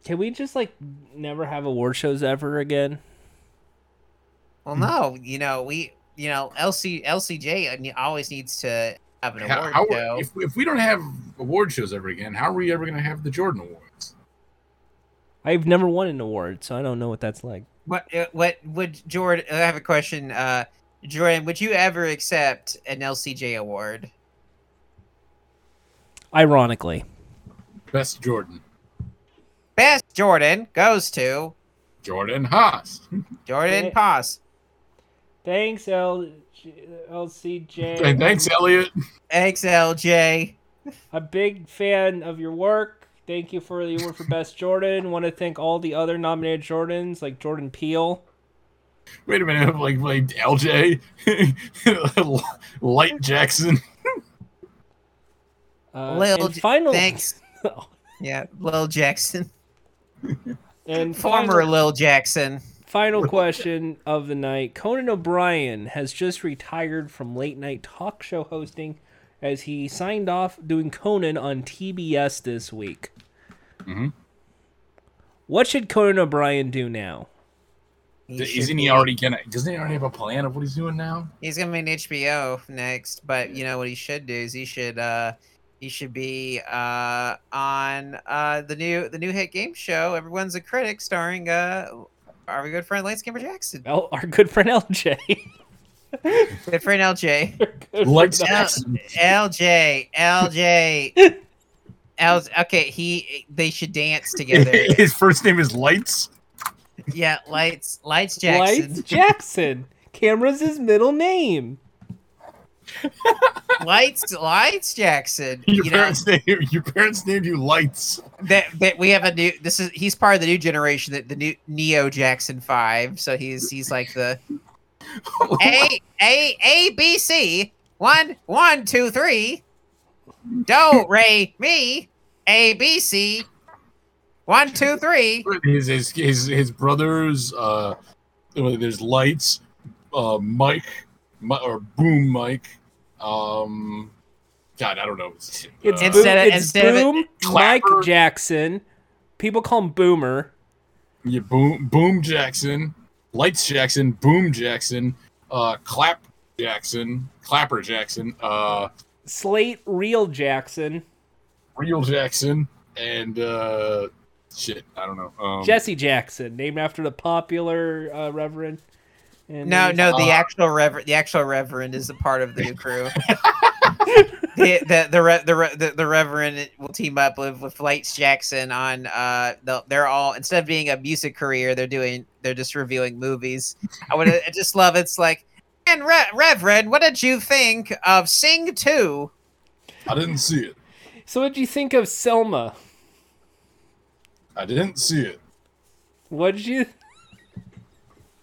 Can we just, like, never have award shows ever again?
Mm.
Well, no, you know we, you know LC LCJ uh, ne- always needs to have an
How,
award
how-
show.
if, if we don't have award shows ever again, how are we ever going to have the Jordan Awards?
I've never won an award, so I don't know what that's like.
what uh, what would Jordan? I have a question. Uh, Jordan, would you ever accept an LCJ award?
Ironically.
Best Jordan,
Best Jordan goes to
Jordan Haas.
Jordan
Yeah.
Paz.
Thanks, L-
And
LCJ.
thanks, Elliot.
XLJ.
A big fan of your work. Thank you for the award for Best Jordan. Want to thank all the other nominated Jordans, like Jordan Peele.
Wait a minute, like like LJ, [laughs] Light Jackson.
Uh,
Lil
and
J-
final,
Thanks. Yeah, Lil Jackson,
[laughs] and
former
final,
Lil Jackson.
final question of the night. Conan O'Brien has just retired from late night talk show hosting, as he signed off doing Conan on TBS this week.
Mhm.
What should Conan O'Brien do now?
He should
Isn't he
be-
already gonna? Doesn't he already have a plan of what he's
[laughs]
doing now?
He's gonna be in HBO next, but you know what he should do is he should uh he should be uh on uh the new the new hit game show Everyone's a Critic starring uh our good friend Lance Gamer Jackson.
L- our good friend [laughs] LJ.
Good friend LJ.
Light
Yeah.
Jackson.
LJ LJ L okay, he they should dance
[laughs]
together.
His first name is Lights.
Yeah, lights lights Jackson.
Lights Jackson. Cameras his middle name.
Lights lights Jackson.
Your
you know,
parents name. Your parents named you Lights.
that that we have a new this is he's part of the new generation that the new neo jackson 5 so he's he's like the a a a b c one one two three do re mi A B C. One, two, three.
His his his, his brothers. Uh, well, there's lights, uh, Mike, Mi- or boom, Mike. Um, God, I don't know. It's,
It's
uh,
boom,
Instead of-
it's
instead of it-
boom Mike
Clapper.
Jackson. People call him Boomer.
yeah, boom, boom Jackson, lights Jackson, boom Jackson, uh, clap Jackson, clapper Jackson, uh,
Slate Real Jackson.
real Jackson, and uh, shit, I don't know. Um,
Jesse Jackson, named after the popular uh, Reverend. And
No,
he's-
no, the actual reverend, the actual reverend is a part of the new crew. the the the, re- the, re- the the reverend will team up with with Lights Jackson on uh they'll- they're all instead of being a music career they're doing they're just reviewing movies. I would I just love it's like and re- reverend what did you think of Sing 2?
I didn't see it.
So, what'd you think of Selma?
I didn't see it.
What did you? [laughs]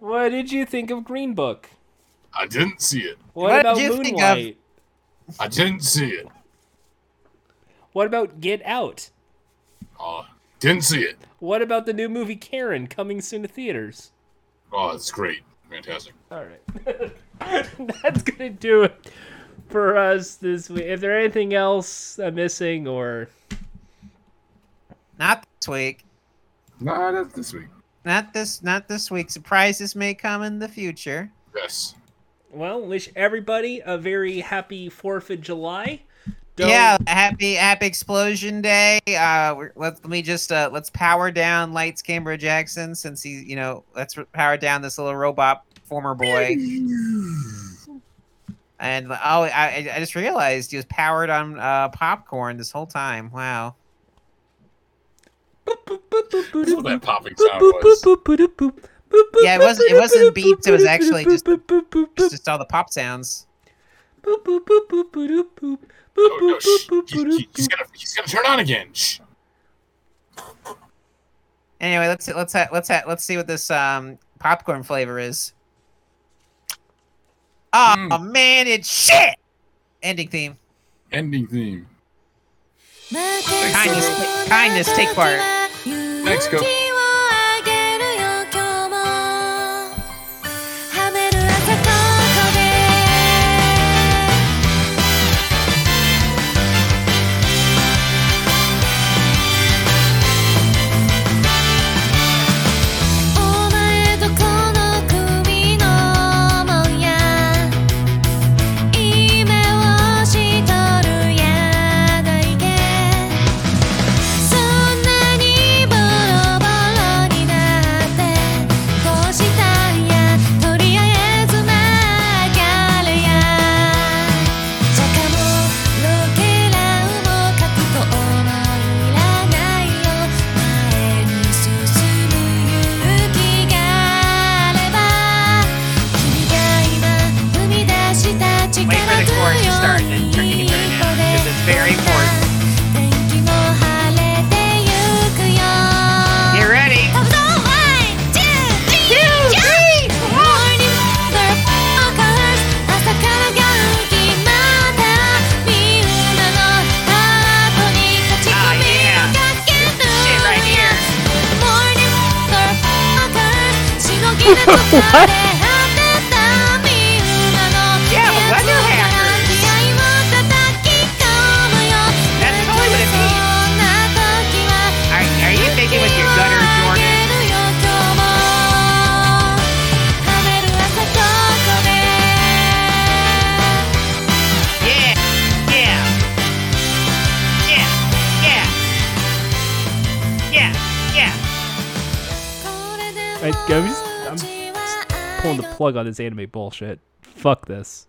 what did you think of Green Book?
I didn't see it.
What,
What
about
did you
Moonlight?
think of-
I didn't see it.
What about Get Out?
Uh, didn't see it.
What about the new movie Karen coming soon to theaters?
Oh, it's great. Fantastic.
All right, [laughs] that's gonna do it for us this week. If there anything else I'm missing, or
Not this week.
Nah, that's this week.
Not this not this week. Surprises may come in the future.
Yes.
well, wish everybody a very happy Fourth of July. Don't-
Yeah, happy happy explosion day. Uh, we're- let let me just uh, let's power down lights, Camera Jackson, since he's you know let's r- power down this little robot former boy. and oh, I I- I just realized he was powered on uh, popcorn this whole time. Wow.
That's what that popping sound was.
Yeah, it wasn't- it wasn't beeps, it was actually just- It's just all the pop sounds.
Oh, no, shh. He- he- he's, gonna, he's gonna turn on again. Shh.
Anyway, let's let's ha- let's ha- let's see what this um popcorn flavor is. Oh man, it's shit. Ending theme.
Ending theme.
Kindness, kindness, take part.
Thanks, Coach.
お前とこの首のもんやい目をしとるやないけそんなにボロボロになってこうしたんやとりあえずなきゃれや「じゃかもロケラウも覚悟もいらないよ」「前に進む勇気があれば」「君が今踏み出した力強
Wait for the chorus to
い
start
よう
and
に
turn it down,
一歩
because it's very
で
important.
天気も晴れてゆくよ」
You ready?
Come on, one, two, three, jump! Morning motherfuckers 朝から元気まだみんなのハートに勝ち込みをかける
Shit right here.
Morning motherfuckers しのぎでとかで果てたみんなの
Yeah, weather hackers.
熱をから出会いを叩き込むよ
That's totally what it
そ
means.
んな時は
Are, are you thinking with your gutter, Jordan?
Jordan.
Yeah, yeah, yeah, yeah, yeah, yeah.
I, I'm just I'm pulling the plug on this anime bullshit. Fuck this.